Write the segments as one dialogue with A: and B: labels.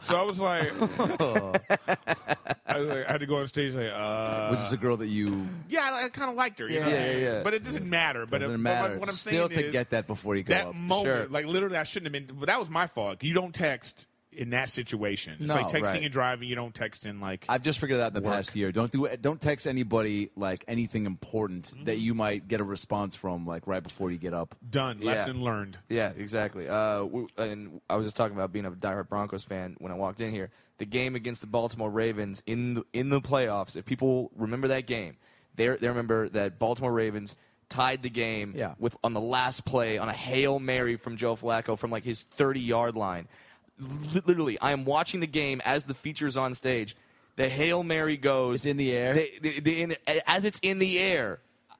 A: so I was like, I was like, I had to go on stage like, uh,
B: Was this a girl that you
A: yeah, I, I kind of liked her. You
C: Yeah,
A: know?
C: yeah, yeah.
A: But it doesn't matter. But,
B: doesn't
A: but
B: matter?
A: what I'm
B: Still
A: saying
B: to
A: is,
B: get that before you go
A: that
B: up.
A: moment,
C: Sure.
A: like literally, I shouldn't have been. But that was my fault. You don't text in that situation. It's
B: No,
A: like texting
B: right.
A: and driving. You don't text in like.
B: I've just figured that out in the past year. Don't do it. Don't text anybody like anything important that you might get a response from like right before you get up.
A: done.
C: Yeah.
A: Lesson learned.
C: Yeah, exactly. Uh, we, and I was just talking about being a diehard Broncos fan when I walked in here. The game against the Baltimore Ravens in the, in the playoffs. If people remember that game, they they remember that Baltimore Ravens tied the game
B: Yeah.
C: with on the last play on a hail mary from Joe Flacco from like his thirty yard line. Li- Literally, I am watching the game as the features on stage. The hail mary goes.
B: It's in the air.
C: They, they, they- in, as it's in the air,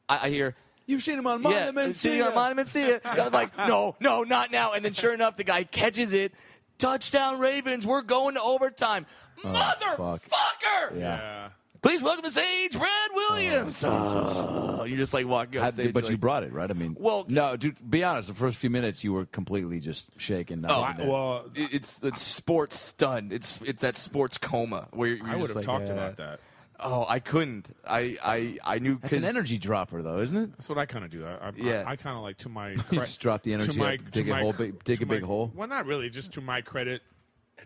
C: I, I hear.
B: You've seen him on
C: Yeah, sitting on Monument City. I was like, no, no, not now. And then sure enough, the guy catches it. Touchdown Ravens. We're going to overtime. Motherfucker.
B: Oh, fuck. Yeah.
A: Yeah.
C: Please welcome to stage Brad Williams. Oh, you just like walking off
B: Have-
C: stage.
B: but
C: like,
B: you brought it, right? I mean,
C: Well-
B: no, dude. Be honest. The first few minutes, you were completely just shaken. not
C: Oh,
B: even
A: I,
B: there.
A: well,
C: it- it's it's sports stunned. It's it's that sports coma where you're,
A: I would
C: just
A: have
C: like,
A: talked
C: uh,
A: about that.
C: Oh, I couldn't. I I I knew
B: that's an
C: 'cause-
B: energy dropper, though, isn't it?
A: That's what I kind of do. I, I,
C: Yeah.
A: I, kind of like to my.
B: You just drop the
A: to
B: energy
A: my-
B: up,
A: to
B: dig a
A: my-
B: hole, big- dig
A: to
B: a big
A: my-
B: hole.
A: Well, not really. Just to my credit,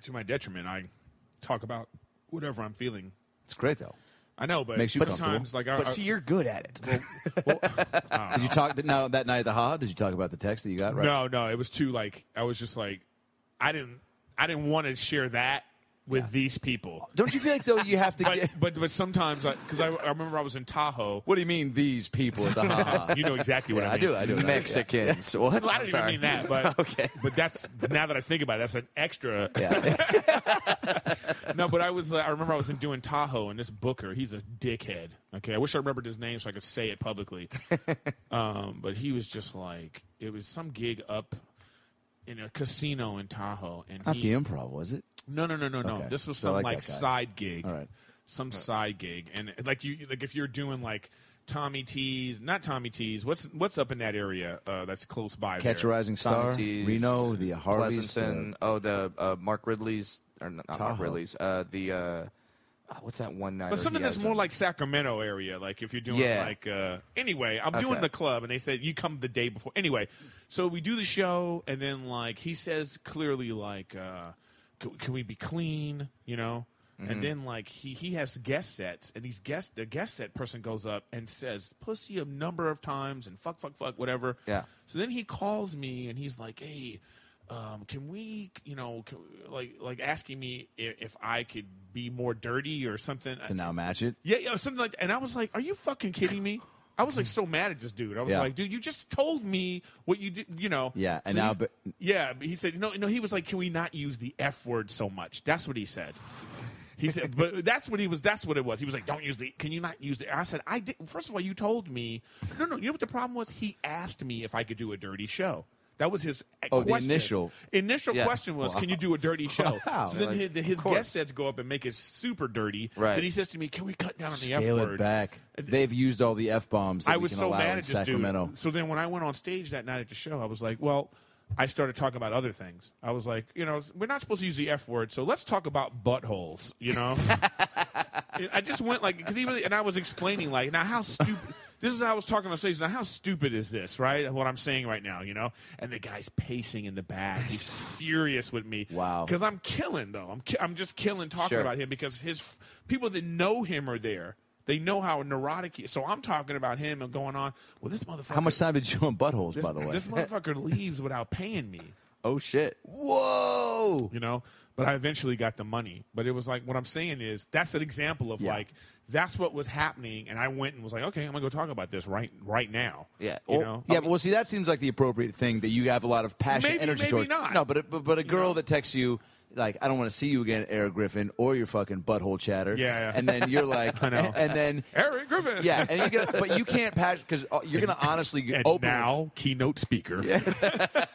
A: to my detriment, I talk about whatever I'm feeling.
B: It's great, though.
A: I know, but
B: Makes you
A: sometimes, like, I,
C: But
A: I-
C: see, you're good at it.
B: Did you talk now that night at the haha? Did you talk about the text that you got? Right.
A: Oh. No, no, it was too like I was just like I didn't I didn't want to share that with these people.
B: Don't you feel like though you have to
A: But
B: get?
A: but but sometimes because I, I remember I was in Tahoe.
B: What do you mean these people at the haha?
A: You know exactly what
B: Yeah,
A: I mean.
B: do. I do. I do.
C: Mexicans. What?
A: Well, I
C: I'm
A: didn't
C: sorry.
A: even mean that, but but that's now that I think about it, that's an extra.
B: Yeah.
A: No, but I was uh, I remember I was in doing Tahoe and this Booker, he's a dickhead. Okay, I wish I remembered his name so I could say it publicly. um, but he was just like it was some gig up in a casino in Tahoe, and
B: Not
A: he,
B: the improv, was it?
A: No, no, no, no,
B: Okay.
A: no. This was
B: So I
A: some
B: like
A: like,
B: that guy.
A: side gig.
B: All right.
A: Some side gig, and like you, like if you're doing like Tommy T's, not Tommy T's. What's what's up in that area uh, that's close by?
B: Catch a
A: there?
B: rising star,
C: Socrates,
B: Reno, the Harveys.
C: Pleasanton. oh, the uh, Mark Ridley's or not, not Mark
B: Tahoe.
C: Ridley's. Uh, the uh, uh, what's that one night?
A: But something that's more like Sacramento area, like if you're doing
C: Yeah.
A: like uh, anyway, I'm doing
C: Okay.
A: the club, and they said you come the day before. Anyway, so we do the show, and then like he says clearly, like, uh, can, can we be clean? You know,
C: Mm-hmm.
A: And then like he he has guest sets, and he's guest the guest set person goes up and says pussy a number of times and fuck fuck fuck whatever.
C: Yeah.
A: So then he calls me and he's like, hey. Um, can we, you know, can, like like asking me if, if I could be more dirty or something?
B: to now match it.
A: Yeah, yeah, something like. And I was like, "Are you fucking kidding me?" I was like so mad at this dude. I was
B: Yeah.
A: like, "Dude, you just told me what you did, you know."
B: Yeah, and
A: So
B: now
A: he-
B: but-
A: yeah, but he said, "No, no." He was like, "Can we not use the f word so much?" That's what he said. He said, "But that's what he was. That's what it was." He was like, "Don't use the. Can you not use the?" I said, "I did." First of all, you told me. No, no. You know what the problem was? He asked me if I could do a dirty show. That was his. uh,
B: Oh, the
A: question.
B: initial.
A: Initial
C: Yeah.
A: question was, "Can you do a dirty show?"
B: Wow.
A: So then
C: Like,
A: his, his
C: of course.
A: guest sets go up and make it super dirty.
C: Right.
A: Then he says to me, "Can we cut down on the F
B: Scale
A: word?"
B: it back. They've used all the f bombs.
A: I was
B: can
A: so
B: allow
A: mad
B: in
A: at this
B: Sacramento.
A: dude. So then when I went on stage that night at the show, I was like, well, I started talking about other things. I was like, you know, we're not supposed to use the F word, so let's talk about buttholes, you know? I just went like, because he really, and I was explaining, like, now how stupid. This is how I was talking on stage. Now, how stupid is this, right? What I'm saying right now, you know? And the guy's pacing in the back. He's furious with me.
B: Wow.
A: Because I'm killing, though. I'm, ki- I'm just killing talking
C: Sure.
A: about him because his f- people that know him are there. They know how neurotic he is. So I'm talking about him and going on. Well, this motherfucker.
B: How much time did you on buttholes,
A: This,
B: by the way?
A: this motherfucker leaves without paying me.
C: Oh shit.
B: Whoa!
A: You know. But I eventually got the money. But it was like what I'm saying is that's an example of
B: Yeah.
A: like that's what was happening, and I went and was like, okay, I'm gonna go talk about this right right now.
C: Yeah.
A: You
C: Or-
A: know.
B: Yeah, but well, see, that seems like the appropriate thing that you have a lot of passion,
A: Maybe-
B: energy
A: maybe
B: towards.
A: not.
B: No, but a, but, but a girl that texts you like, "I don't want to see you again, Eric Griffin," or your fucking butthole chatter.
A: Yeah, yeah.
B: And then you're like,
A: I know.
B: And then
A: Eric Griffin.
B: yeah, and you get, but you can't pass because you're gonna honestly
A: And
B: open.
A: now keynote speaker.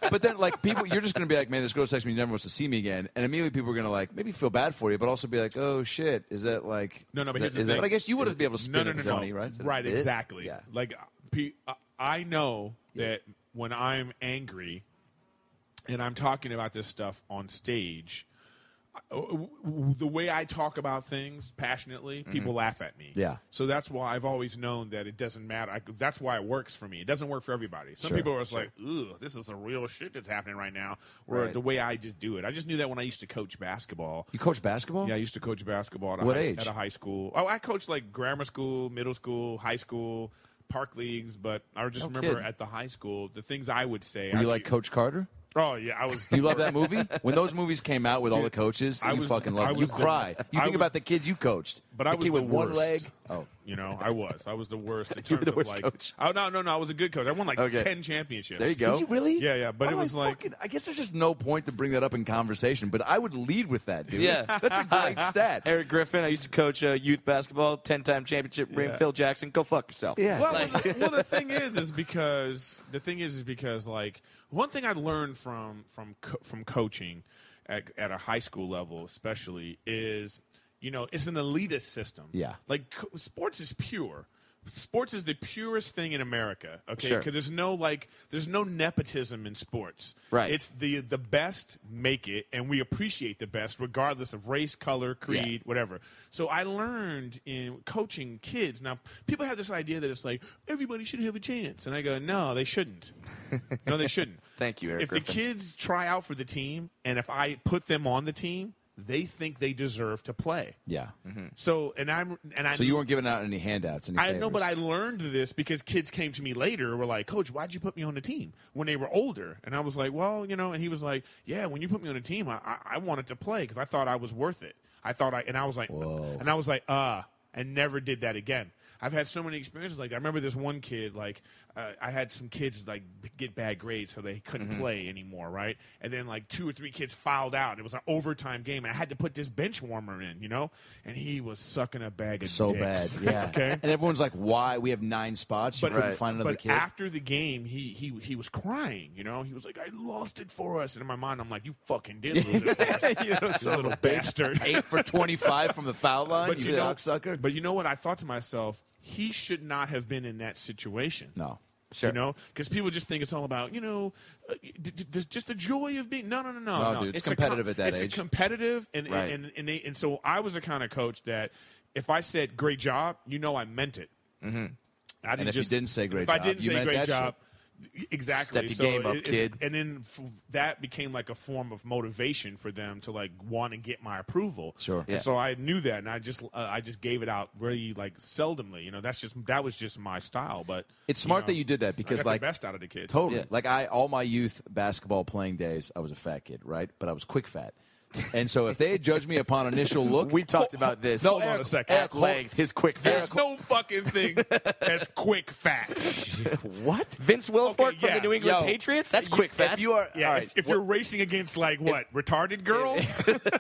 B: But then like people, you're just gonna be like, "Man, this girl texts me, never wants to see me again," and immediately people are gonna like maybe feel bad for you, but also be like, "Oh shit, is that like
A: No, no, but
B: is
A: here's
B: that,
A: the
B: is that-
A: thing.
B: But I guess you wouldn't be able to spin
A: no, no,
B: it
A: no,
B: funny,
A: no.
B: right?
A: Right,
C: it?
A: exactly.
B: Yeah.
A: Like pe- I- I know that when I'm angry and I'm talking about this stuff on stage, I- w- w- the way I talk about things passionately, people laugh at me.
B: Mm-hmm. Yeah.
A: So that's why I've always known that it doesn't matter. I, could- that's why it works for me. It doesn't work for everybody. Some
B: Sure,
A: people are just like, "Ugh, this is the real shit that's happening right now." Where
C: Right.
A: the way I just do it, I just knew that when I used to coach basketball,
B: You coach basketball?
A: yeah, I used to coach basketball at a,
B: What
A: high,
B: age?
A: at a high school. Oh, I coached like grammar school, middle school, high school, park leagues, but I just
C: No
A: remember
C: kidding.
A: at the high school, the things I would say.
B: Were
A: I'd
B: you like
A: be-
B: Coach Carter?
A: Oh, yeah, I was.
B: You love that movie? When those movies came out with all the coaches,
A: I
B: you
A: was-
B: fucking
A: I
B: love it. You
A: was the-
B: cry. You
A: I
B: think
A: was-
B: about the kids you coached.
A: But
B: the
A: I was
B: kid
A: the
B: with one
A: worst.
B: leg. Oh,
A: You know, I was. I was the worst in
B: You were
A: terms
B: the
A: of
B: worst
A: like.
B: coach.
A: Oh no, no, no! I was a good coach. I won like
C: Okay.
A: ten championships.
C: There you go.
B: did you really?
A: Yeah, yeah, but
B: Why
A: it
B: do
A: was
B: I
A: like-
B: fucking- I guess there's just no point to bring that up in conversation. But I would lead with that, dude.
C: Yeah.
B: that's a great stat.
C: Eric Griffin. I used to coach uh, youth basketball, ten-time championship ring.
A: Yeah.
C: Phil Jackson. Go fuck yourself.
B: Yeah.
A: Well, the, well, the thing is, is because the thing is, is because like one thing I learned from from co- from coaching at, at a high school level, especially, is you know it's an elitist system.
B: Yeah.
A: like co- sports is pure. Sports is the purest thing in America. Okay,
C: Sure.
A: because there's no like there's no nepotism in sports.
C: Right.
A: it's the the best make it, and we appreciate the best regardless of race, color, creed,
C: Yeah.
A: whatever. So I learned in coaching kids. Now people have this idea that it's like everybody should have a chance, and I go, no, they shouldn't. No, they shouldn't.
C: Thank you, Eric
A: If the
C: Griffin.
A: kids try out for the team, and if I put them on the team, they think they deserve to play.
B: yeah.
A: So and I'm and I
B: So you weren't giving out any handouts. Any
A: I know,
B: favors.
A: but I learned this because kids came to me later and were like, Coach, why'd you put me on the team when they were older? And I was like, Well, you know, and he was like, Yeah, when you put me on the team, I, I, I wanted to play because I thought I was worth it. I thought I, and I was like,
B: Whoa.
A: and I was like, uh, and never did that again. I've had so many experiences like that. I remember this one kid, like, uh, I had some kids, like, b- get bad grades so they couldn't
B: Mm-hmm.
A: play anymore, right? And then, like, two or three kids filed out. It was an overtime game, and I had to put this bench warmer in, you know? And he was sucking a bag of
B: so
A: dicks.
B: bad. Yeah.
A: okay.
B: And everyone's like, "Why? We have nine spots. You
A: But-
B: couldn't
C: Right.
B: find another
A: but
B: kid."
A: after the game, he he he was crying. You know, he was like, "I lost it for us." And in my mind, I'm like, "You fucking did lose it, for us, you little bastard."
B: Eight for twenty-five from the foul line.
A: but
B: you
A: you know,
B: cocksucker.
A: but you know what? I thought to myself, he should not have been in that situation.
B: no.
C: Sure.
A: You know, because people just think it's all about you know, uh, d- d- d- just the joy of being. No, no, no, no,
B: No,
A: no.
B: dude, it's
A: a
B: competitive at that
A: it's a
B: age.
A: competitive, and
C: Right.
A: and and, they, and so I was the kind of coach that if I said great job, you know I meant it. Mm-hmm. I didn't
B: if you
A: just,
B: didn't say great
A: if I
B: job,
A: didn't
B: you
A: say
B: meant
A: great
B: that
A: job, e, exactly
C: Step your
A: so
C: game up,
A: it's-
C: kid.
A: and then f- that became like a form of motivation for them to like want to get my approval
B: Sure.
A: And
C: Yeah.
A: so i knew that and i just uh, i just gave it out really like seldomly you know that's just that was just my style but
B: It's smart
A: know,
B: that you did that
A: I
B: because,
A: got
B: like,
A: the best out of the kids
B: Totally.
C: Yeah.
B: Like I, all my youth basketball playing days, I was a fat kid, right? But I was quick fat, and so if they had judged me upon initial look,
C: We talked about this.
B: No,
A: hold on
B: Eric-
A: a second
B: Eric- hold-
C: Length, his quick fat.
A: there's no fucking thing as quick fat
B: what?
C: Vince Wilfork
A: Okay,
C: from
A: yeah.
C: the New England
B: Yo,
C: Patriots? That's quick fat.
B: If you are,
A: Yeah,
B: all
A: if-
B: right.
A: if, you're racing against like what retarded girls,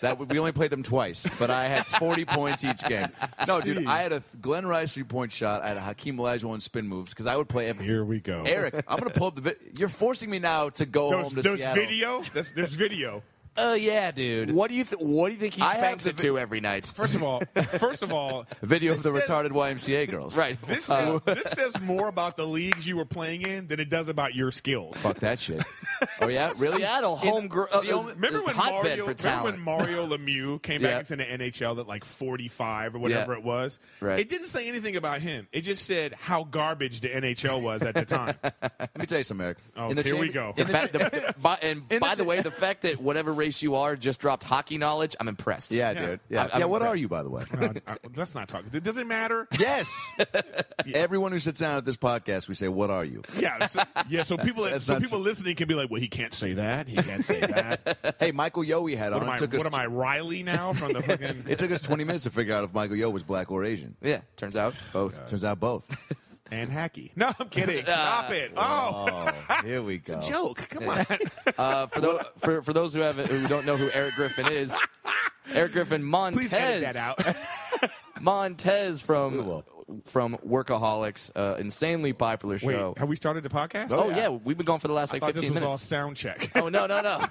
B: That we only played them twice, but I had 40 points each game. No, dude, I had a Glenn Rice three point shot. I had a Hakeem Olajuwon spin moves because I would play every.
A: here we go.
B: Eric, I'm gonna pull up the. Vi- You're forcing me now to go
A: there's,
B: home to
A: there's
B: Seattle.
A: video. That's, there's video.
B: Oh yeah, dude.
C: what do you th- What do you think he
B: I have
C: spanks
B: the
C: it
B: vi-
C: to every night?
A: First of all, first of all,
B: Video of the
A: This is-
B: retarded YMCA girls.
C: Right.
A: this
B: Uh,
A: says, this says more about the leagues you were playing in than it does about your skills.
B: Fuck that shit. Oh yeah, really?
C: Seattle, home gr- uh,
B: the only-
A: Remember when,
C: hotbed
A: Mario,
C: for
A: remember when
C: talent.
A: Mario Lemieux came
C: Yeah.
A: back into the NHL at like 45 or whatever
C: Yeah.
A: it was?
C: Right.
A: It didn't say anything about him. It just said how garbage the NHL was at the time.
B: Let me tell you something, Eric.
A: Oh, here we go.
B: in the
C: fact, the, by, and
B: In
C: by
B: the-
C: the way, the fact that whatever race you are just dropped hockey knowledge, I'm impressed.
B: Yeah,
A: Yeah.
B: dude.
C: I-
B: Yeah.
C: I'm
B: yeah. What
C: impressed.
B: are you, by the way?
A: Uh, uh, let's not talk. Does it matter?
B: yes. Everyone who sits down at this podcast, we say, "What are you?"
A: Yeah, so, yeah. So people, that,
B: That's
A: so
B: not
A: people listening can be like, "Well, he can't say that. He can't say that."
B: Hey, Michael Yo, we had
A: what
B: on.
A: am I?
B: It took
A: What
B: us.
A: am I, Riley now from the fucking?
B: It took us 20 minutes to figure out if Michael Yo was black or Asian.
C: Yeah, turns out both.
B: Turns out both.
A: and hacky. No, I'm kidding. Stop it. Oh,
B: Here we go.
A: joke. Come on.
C: Uh, for, tho- for for those who haven't who don't know who Eric Griffin is, Eric Griffin Montez
A: Please edit that out.
C: Montez from
B: will.
C: from Workaholics, uh, insanely popular
A: Wait,
C: show.
A: have we started the podcast?
C: oh yeah. we've been going for the last
A: I
C: like
A: thought this
C: 15
A: was all
C: minutes.
A: sound check.
C: Oh no no no.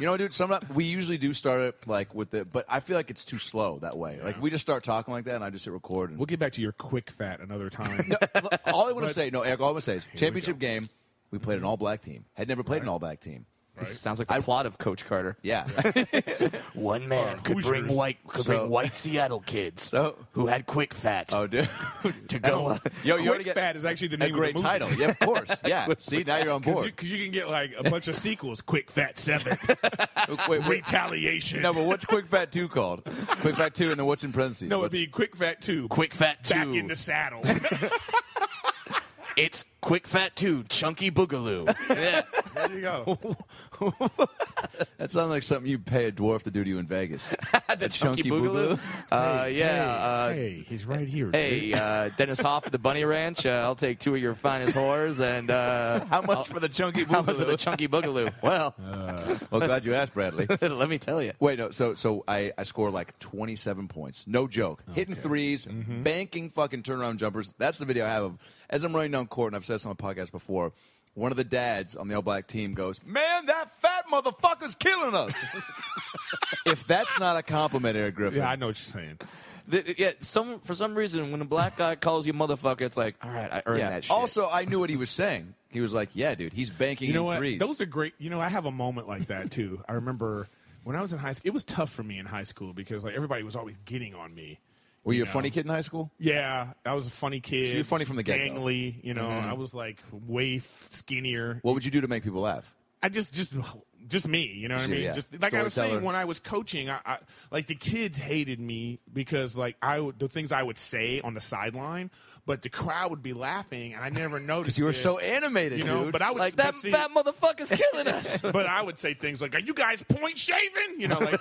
B: You know, dude. Sometimes we usually do start it like with the, but I feel like it's too slow that way. Like we just start talking like that, and I just hit record. And,
A: We'll get back to your quick fat another time.
B: all I want to say, no, Eric. All I want to say is
A: we
B: championship
A: go. Mm-hmm.
B: game. We played an all-black team. Had never played an all-black team.
A: right?
C: Sounds like the plot of Coach Carter.
B: Yeah.
D: One man could
A: Uh, Hoosiers.
D: bring white could
B: So-
D: bring white Seattle kids
B: So-
D: who had quick fat
B: oh, dude.
D: to go.
B: Yo, you
A: Quick
B: already get
A: fat is actually the
B: a
A: name
B: great
A: of the movie.
B: title. Yeah, of course. Yeah. See, now you're on board.
A: Because you, can get like a bunch of sequels. Quick Fat Seven,
B: wait, wait.
A: Retaliation.
B: No, but what's Quick Fat Two called? Quick Fat Two, and then what's in parentheses?
A: No, it'd
B: What's-
A: be Quick Fat Two.
D: Quick fat two.
A: Back in the saddle.
D: it's quick fat two. Chunky boogaloo.
C: Yeah.
A: there you go.
B: that sounds like something you pay a dwarf to do to you in Vegas.
C: the
B: chunky boogaloo?
C: Uh, yeah. uh,
A: hey, he's right here.
C: Hey, uh, Dennis Hoff at the Bunny Ranch. Uh, I'll take two of your finest whores and uh,
B: How
A: Oh.
B: much for the chunky
C: how about for the chunky boogaloo. Well,
B: well, glad you asked, Bradley.
C: let me tell you.
B: Wait, no. So, so I, I score like 27 points. No joke. Hitting 3s
A: Mm-hmm.
B: banking fucking turnaround jumpers. That's the video I have of as I'm running down court, and I've said this on the podcast before. One of the dads on the all black team goes, "Man, that fat motherfucker's killing us." if that's not a compliment, Eric Griffin.
A: Yeah, I know what you're saying.
C: Th- yeah, some for some reason when a black guy calls you motherfucker, it's like, all right, I earned
B: Yeah. Oh,
C: that shit.
B: Also, I knew what he was saying. He was like, "Yeah, dude, he's banking
A: You know
B: in
A: what?
B: threes.
A: Those are great. You know, I have a moment like that too. I remember when I was in high school. It was tough for me in high school because like everybody was always getting on me.
B: Were you a
A: know.
B: funny kid in high school?
A: Yeah, I was a funny kid.
B: So you're funny from the get-go. Mm-hmm.
A: Gangly, you know. I was like way f- skinnier.
B: What would you do to make people laugh?
A: I just, just, just me. You know what I
B: Sure,
A: mean?
B: yeah.
A: Just like I was saying
B: Storyteller.
A: when I was coaching, I, I like the kids hated me because like I would the things I would say on the sideline, but the crowd would be laughing, and I never noticed.
B: You were
A: it,
B: so animated,
A: you know.
B: dude.
A: But I would
C: like
A: but
C: that
A: see-
C: fat motherfucker's killing us.
A: but I would say things like, "Are you guys point shaving?" You know, like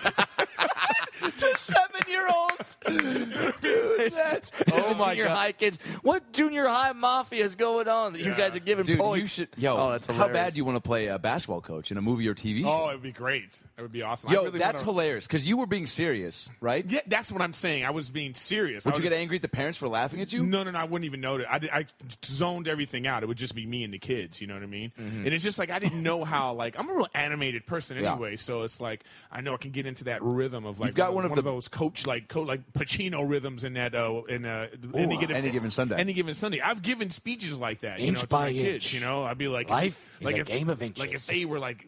C: Seven year olds, dude. That's, oh
B: my
C: junior
B: God.
C: high kids. What junior high mafia is going on that you guys are giving
B: Dude,
C: points?
B: you should. Yo,
C: oh, that's
B: how
C: hilarious.
B: bad do you want to play a basketball coach in a movie or TV show?
A: oh, it would be great. It would be awesome. I
B: Yo,
A: really
B: that's
A: wanna-
B: hilarious because you were being serious, right?
A: Yeah, that's what I'm saying. I was being serious. I
B: Would you
A: was-
B: get angry at the parents for laughing at you?
A: No, no, no. I wouldn't even know that. I, did- I zoned everything out. It would just be me and the kids. You know what I mean? And it's just like I didn't know how. Like I'm a real animated person
B: Mm-hmm. Yeah.
A: anyway, so it's like I know I can get into that rhythm of like
B: You've got one of the-
A: those coach like co- like Pacino rhythms in that uh, in uh, any,
B: Ooh,
A: given,
B: Any Given Sunday.
A: Any given Sunday. I've given speeches like that. you
D: Inch
A: know, to
D: by
A: my kids.
D: inch.
A: You know, I'd be like,
D: Life is a
A: if,
D: game of
A: Like if
D: inches.
A: they were like.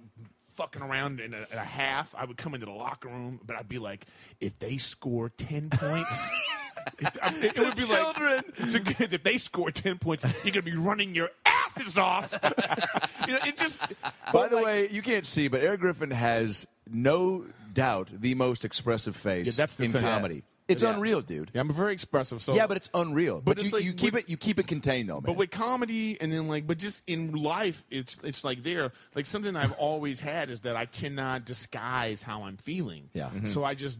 A: Fucking around in a, a half, I would come into the locker room, but I'd be like, if they score ten points, it, I- it would be like, it's a- if they score 10 points, you're going to be running your ass sausage off. you know, it just.
B: By the way, you can't see, but Eric Griffin has no doubt the most expressive face
A: Yeah, that's the
B: in
A: thing.
B: comedy. It's unreal, dude.
A: Yeah, I'm very expressive. So
B: Yeah, but it's unreal. But,
A: it's
B: you,
A: like
B: you keep
A: with-
B: it you keep it contained though, man.
A: But with comedy and then like, but just in life, it's it's like there, like something I've always had is that I cannot disguise how I'm feeling.
B: Yeah. Mhm.
D: Mm-hmm.
A: So I just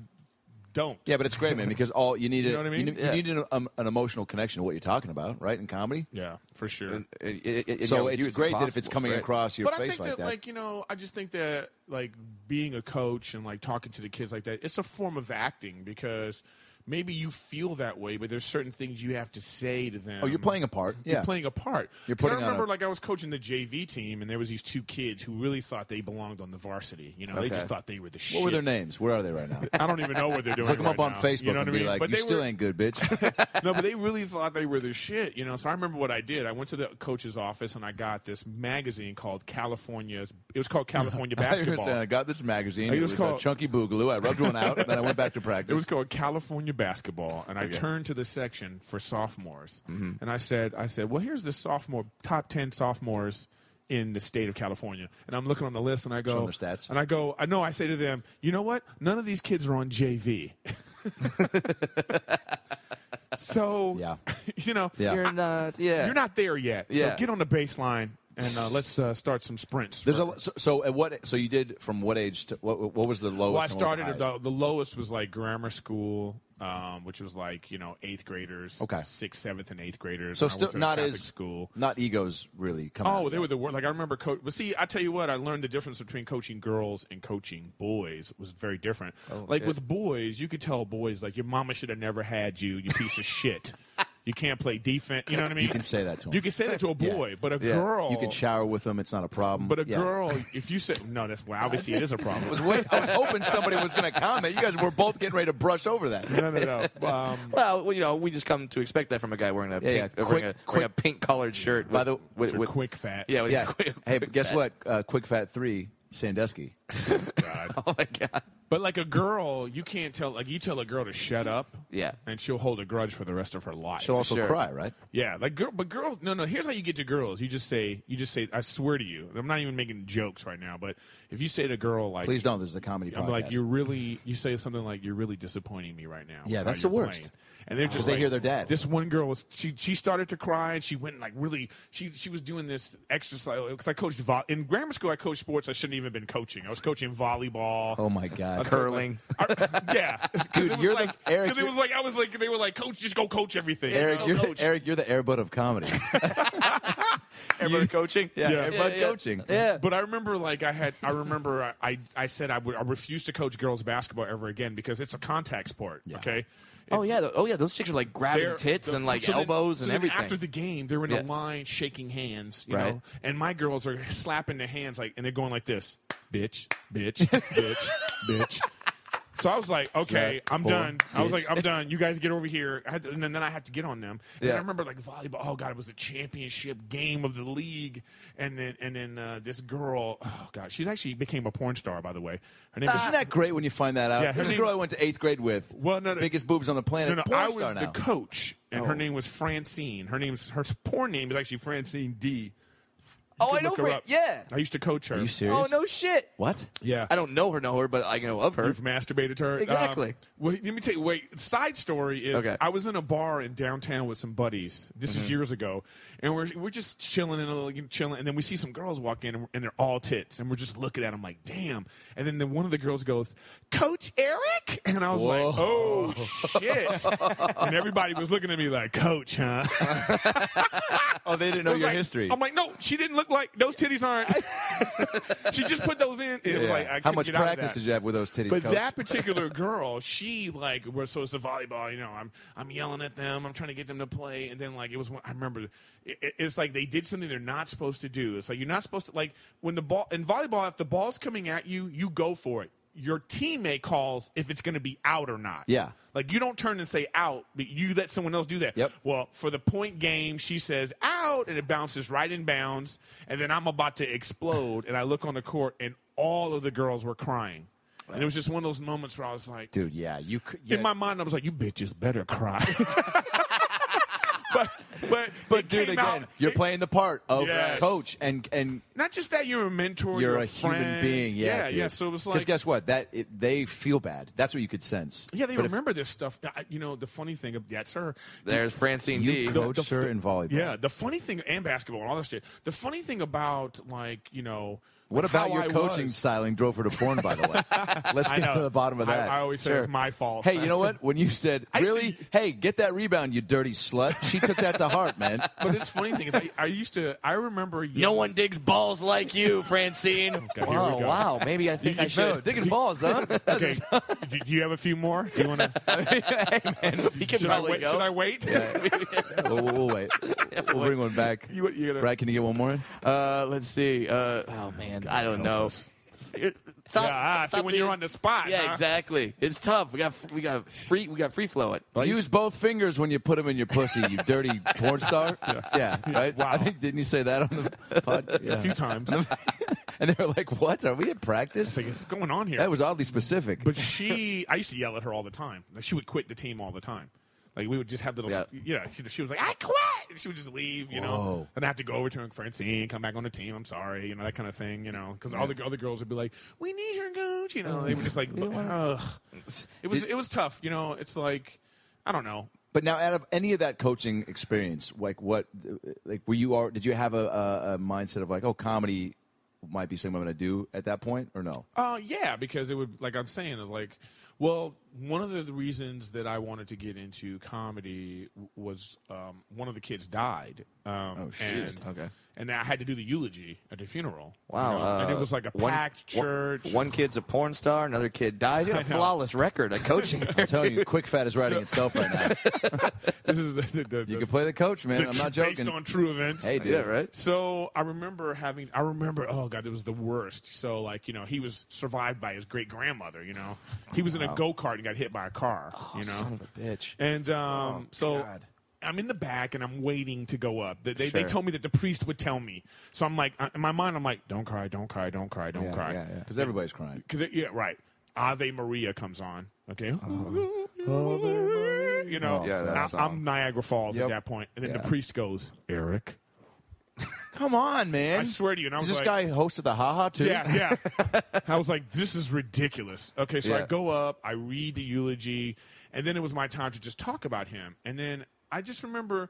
A: don't.
B: yeah, but it's great, man, because all you need a,
A: know what I mean?
B: you, ne- you
C: Yeah.
B: need an, um, an emotional connection to what you're talking about, right? In comedy,
A: Yeah, for sure.
C: It- it- it-
B: so
C: yeah, with
B: it's,
C: you,
B: great that if
C: impossible.
B: it's coming
C: great.
B: across your
A: but I
B: face
A: think
B: like
A: that, like you know, I just think that like being a coach and like talking to the kids like that, it's a form of acting because maybe you feel that way, but there's certain things you have to say to them.
B: Oh, you're playing a part.
A: um, You're
B: Yeah.
A: playing a part.
B: You're
A: 'Cause
B: putting
A: I
B: on
A: remember
B: a-
A: like I was coaching the JV team, and there was these two kids who really thought they belonged on the varsity. You know, they
C: Okay.
A: just thought they were the shit.
B: what were their names? Where are they right now?
A: I don't even know what they're doing.
B: Look them
A: right
B: up on
A: now.
B: Facebook
A: You know what
B: and
A: I
B: be
A: mean?
B: like,
A: but
B: "You
A: they
B: still
A: were,
B: ain't good, bitch."
A: no, but they really thought they were the shit, you know. So I remember what I did. I went to the coach's office and I got this magazine called California. It was called California Basketball.
B: I got this magazine.
A: It
B: It was,
A: was
B: uh,
A: called-
B: Chunky Boogaloo. I rubbed one out, and then I went back to practice.
A: It was called California Basketball, and I turned to the section for sophomores,
B: Mm-hmm.
A: and I said, "I said, well, here's the sophomore top ten sophomores in the state of California." And I'm looking on the list, and I
B: Show 'em
A: go,
B: the stats.
A: and I go, I know. I say to them, you know what? None of these kids are on JV. so
B: Yeah.
A: you know,
B: Yeah.
C: You're not. Yeah.
A: you're not there yet.
C: Yeah.
A: So get on the baseline and uh, let's uh, start some sprints.
B: There's a so, so at what so you did from what age to what what was the lowest?
A: Well, I
B: and what was the
A: started at
B: highest?
A: the, the lowest was like grammar school, um, which was like you know eighth graders,
B: Okay.
A: sixth, seventh, and eighth graders.
B: so
A: and I
B: still
A: went to a
B: not
A: Catholic
B: as
A: school.
B: not egos really coming.
A: Oh,
B: out
A: they were the worst. Like I remember, coach. But see, I tell you what, I learned the difference between coaching girls and coaching boys was very different.
B: Oh,
A: like with boys, you could tell boys like your mama should have never had you, you piece of shit. You can't play defense. You know what I mean? You
B: can say that to 'em.
A: You can say that to a
B: Yeah.
A: boy, but a
C: Yeah.
A: girl
B: you can shower with them; it's not a problem.
A: But a
B: Yeah.
A: girl, if you say no, that's well, obviously it is a problem.
B: was wait, I was hoping somebody was going to comment. You guys were both getting ready to brush over that.
A: no, no, no. Um,
C: Well, well, you know, we just come to expect that from a guy wearing a pink,
B: yeah,
C: uh, wearing,
B: quick-
C: a, wearing a
B: quick-
C: pink collared shirt. With,
B: By the-
C: with, with-
A: quick fat.
C: yeah, with
B: Yeah.
C: quick-
B: hey, but
C: quick
B: guess
C: fat.
B: what? Uh, Quick Fat Three, Sandusky.
C: Oh my god!
A: But like a girl, you can't tell. Like you tell a girl to shut up.
C: Yeah.
A: And she'll hold a grudge for the rest of her life.
B: She'll also
C: Sure.
B: cry, right?
A: yeah. Like girl, but girls. No, no. Here's how you get to girls. You just say. You just say. I swear to you. I'm not even making jokes right now. But if you say to a girl like,
B: Please don't. This is a comedy
A: I'm
B: podcast.
A: like you're really. You say something like you're really disappointing me right now.
B: Yeah,
A: with how
B: that's the
A: you're
B: worst.
A: playing." And they're just
B: they
A: like-
B: hear their dad.
A: This one girl was she. She started to cry and she went like really. She she was doing this exercise because I coached vo- in grammar school. I coached sports. I shouldn't even been coaching. I was coaching volleyball.
B: oh my god,
A: I was going, like, I- yeah, 'Cause
B: Dude,
A: it was
B: you're the-
A: like,
B: Eric,
A: 'cause it
B: you're-
A: was like I was like they were like, coach, just go coach everything.
B: Eric,
A: Go
B: you're the,
A: coach.
B: Eric, you're the airbud of comedy.
C: Everyone coaching?
B: Yeah,
A: Yeah.
B: airbud
C: yeah.
B: coaching.
C: Yeah.
A: But I remember, like, I had, I remember, I- I, I said I would, I refuse to coach girls basketball ever again because it's a contact sport. Okay.
C: Oh yeah, th- oh yeah. Those chicks are like grabbing
A: They're-
C: tits
A: the-
C: and like
A: so then-
C: elbows
A: so
C: and
A: then
C: everything.
A: After the game, they're in
C: Yeah.
A: a line shaking hands, you
C: Right.
A: know, and my girls are slapping their hands like, and they're going like this, bitch, bitch, bitch, bitch. So I was like, okay, I'm
B: whore,
A: done. I was like, I'm done. You guys get over here, I had to, and then, then I had to get on them. And
C: Yeah.
A: I remember like volleyball. Oh god, it was the championship game of the league, and then and then uh, this girl. Oh god, she's actually became a porn star, by the there Her name is
B: Isn't that great when you find that out?
A: Yeah, her
B: There's a girl
A: name's-
B: I went to eighth grade with.
A: Well, no, no.
B: biggest boobs on the planet.
A: No, no,
B: porn
A: I
B: star
A: was the
B: now.
A: coach, and
B: Oh.
A: her name was Francine. Her name's her porn name is actually Francine D. You
C: oh,
A: can
C: I know.
A: look her
C: Fran-
A: up.
C: yeah.
A: I used to coach her.
B: Are you
C: Oh
B: serious?
C: no shit.
B: What?
A: Yeah,
C: I don't know her, know her, but I know of her.
A: You've masturbated to her.
C: Exactly.
A: Um, wait, let me tell you. Wait. Side story is
C: Okay.
A: I was in a bar in downtown with some buddies. This
B: Mm-hmm.
A: is years ago, and we're we're just chilling and a little- chilling, and then we see some girls walk in, and, and they're all tits, and we're just looking at them like, damn. And then the, one of the girls goes, "Coach Eric," and I was like, "Oh shit!" and everybody was looking at me like, "Coach, huh?"
B: Oh, they didn't know
A: I was
B: your
A: like-
B: history.
A: I'm like, no, she didn't look like those titties aren't. she just put those in. And It was
B: Yeah.
A: like, I
B: How
A: couldn't
B: much
A: get out of
B: practice
A: that.
B: did you have with those titties,
A: But
B: coach?
A: that particular girl, she like, we're so it's the volleyball. You know, I'm I'm yelling at them. I'm trying to get them to play, and then like it was. One, I remember, it, it- it's like they did something they're not supposed to do. It's like you're not supposed to like when the ball in volleyball. If the ball's coming at you, you go for it. Your teammate calls if it's going to be out or not.
B: Yeah.
A: like you don't turn and say out, but you let someone else do that.
B: Yep.
A: Well, for the point game, she says out, and it bounces right in bounds, and then I'm about to explode, and I look on the court, and all of the girls were crying. And it was just one of those moments where I was like,
B: Dude, yeah, you could. Yeah,
A: in my mind, I was like, you bitches better cry. but but
B: But
A: it
B: dude,
A: came
B: again,
A: out-
B: you're
A: it-
B: playing the part of
A: Yes.
B: coach, and and
A: Not just that you're a mentor,
B: you're,
A: you're,
B: a human
A: friend.
B: being.
A: yeah,
B: Yeah,
A: yeah. So it was
B: because
A: like
B: guess what? That it, they feel bad. That's what you could sense.
A: Yeah, they
B: But if
A: remember this stuff. I- You know, the funny thing of that's her.
C: There's Francine D.
B: You coached her in volleyball.
A: Yeah, the funny thing and basketball and all that shit. The funny thing about like you know
B: What about
A: how
B: your
A: I
B: coaching
A: was-
B: styling drove her to porn? By the way, let's
A: I
B: get
A: know.
B: to the bottom of
A: I-
B: that.
A: I always say it's my fault.
B: Hey, you know what? When you said,
A: I used to-
B: "Really? hey, get that rebound, you dirty slut," she took that to heart, man.
A: But this funny thing is, I, I used to. I remember.
D: No one digs balls like you, Francine.
A: Okay, here
C: Oh
A: we go.
C: wow, maybe I think I
B: No,
C: should.
B: digging balls, huh?
A: Okay, do, do you have a few more? Do you want to?
D: He can
A: Should I
D: probably
A: wait?
D: go.
A: Should I wait?
B: we'll, we'll, we'll wait. We'll bring one back.
A: You- you gotta-
B: Brad, can you get one more in?
C: Uh, let's see. Uh,
D: oh man, I don't know. It- Stop,
A: Yeah, ah,
D: stop
A: so when you're
D: being-
A: on the spot,
D: Yeah,
A: huh?
D: exactly. It's tough. We got we got free we got free flow it.
B: Use both fingers when you put them in your pussy, you dirty porn star. Yeah, right.
A: Wow.
B: I think didn't you say that on the pod?
A: A few times.
B: And they were like, "What? Are we at practice?"
A: It's like, what's going on here?
B: That was oddly specific.
A: But she, I used to yell at her all the time. Like she would quit the team all the time. Like we would just have little,
C: Yeah.
A: you know, she, she was like, "I quit," and she would just leave, you know.
B: Whoa.
A: And I have to go over to her and Francine, come back on the team. I'm sorry, you know, that kind of thing, you know, because all the other girls would be like, "We need her, coach," Oh, you know. They were just like, "Ugh." It was it was tough, you know. It's like, I don't know.
B: But now, out of any of that coaching experience, like what, uh, like were you are? Did you have a, a, a mindset of like, oh, comedy might be something I'm going to do at that point, or no?
A: Uh, yeah, because it would like I'm saying is like, well, one of the reasons that I wanted to get into comedy w- was um, one of the kids died. Um, oh
B: shit.
A: And,
C: Okay.
A: And I had to do the eulogy at the funeral. you
C: Wow,
A: know, and
C: uh,
A: it was like a
C: one-
A: packed
C: one-
A: church.
C: One kid's a porn star, another kid dies. You got a
A: know.
C: flawless record of coaching.
B: I'm telling you, Quick Fat is writing
A: So-
B: itself right now.
A: this is the, the, the,
B: You
A: the-
B: can play the coach, man.
A: the-
B: I'm not
A: based
B: joking.
A: on true events.
B: Hey, dude.
C: yeah, right.
A: So I remember having, I remember, oh God, it was the worst. So, like, you know, he was survived by his great grandmother, you know. He was in a go kart and got hit by a car, you know.
C: Oh, Son of a bitch. Oh,
A: And um, so
B: God.
A: I'm in the back and I'm waiting to go up. They, they, they
C: Sure.
A: told me that the priest would tell me. So I'm like, I- in my mind, I'm like, don't cry, don't cry, don't cry, don't
C: Yeah,
A: cry.
C: yeah, yeah.
B: Because everybody's crying.
A: 'Cause it- yeah, right. Ave Maria comes on. Okay. You know,
C: Uh-huh. Oh, Yeah, that
A: I,
C: song.
A: am Niagara Falls
B: Yep.
A: at that point, and then the
C: Yeah.
A: priest goes, "Eric."
B: Come on, man.
A: I swear to you, and I
B: Is
A: was like-
B: this guy hosted the Ha Ha too?
A: Yeah, yeah. I was like, this is ridiculous. Okay, so I
C: Yeah.
A: go up, I read the eulogy, and then it was my time to just talk about him. And then I just remember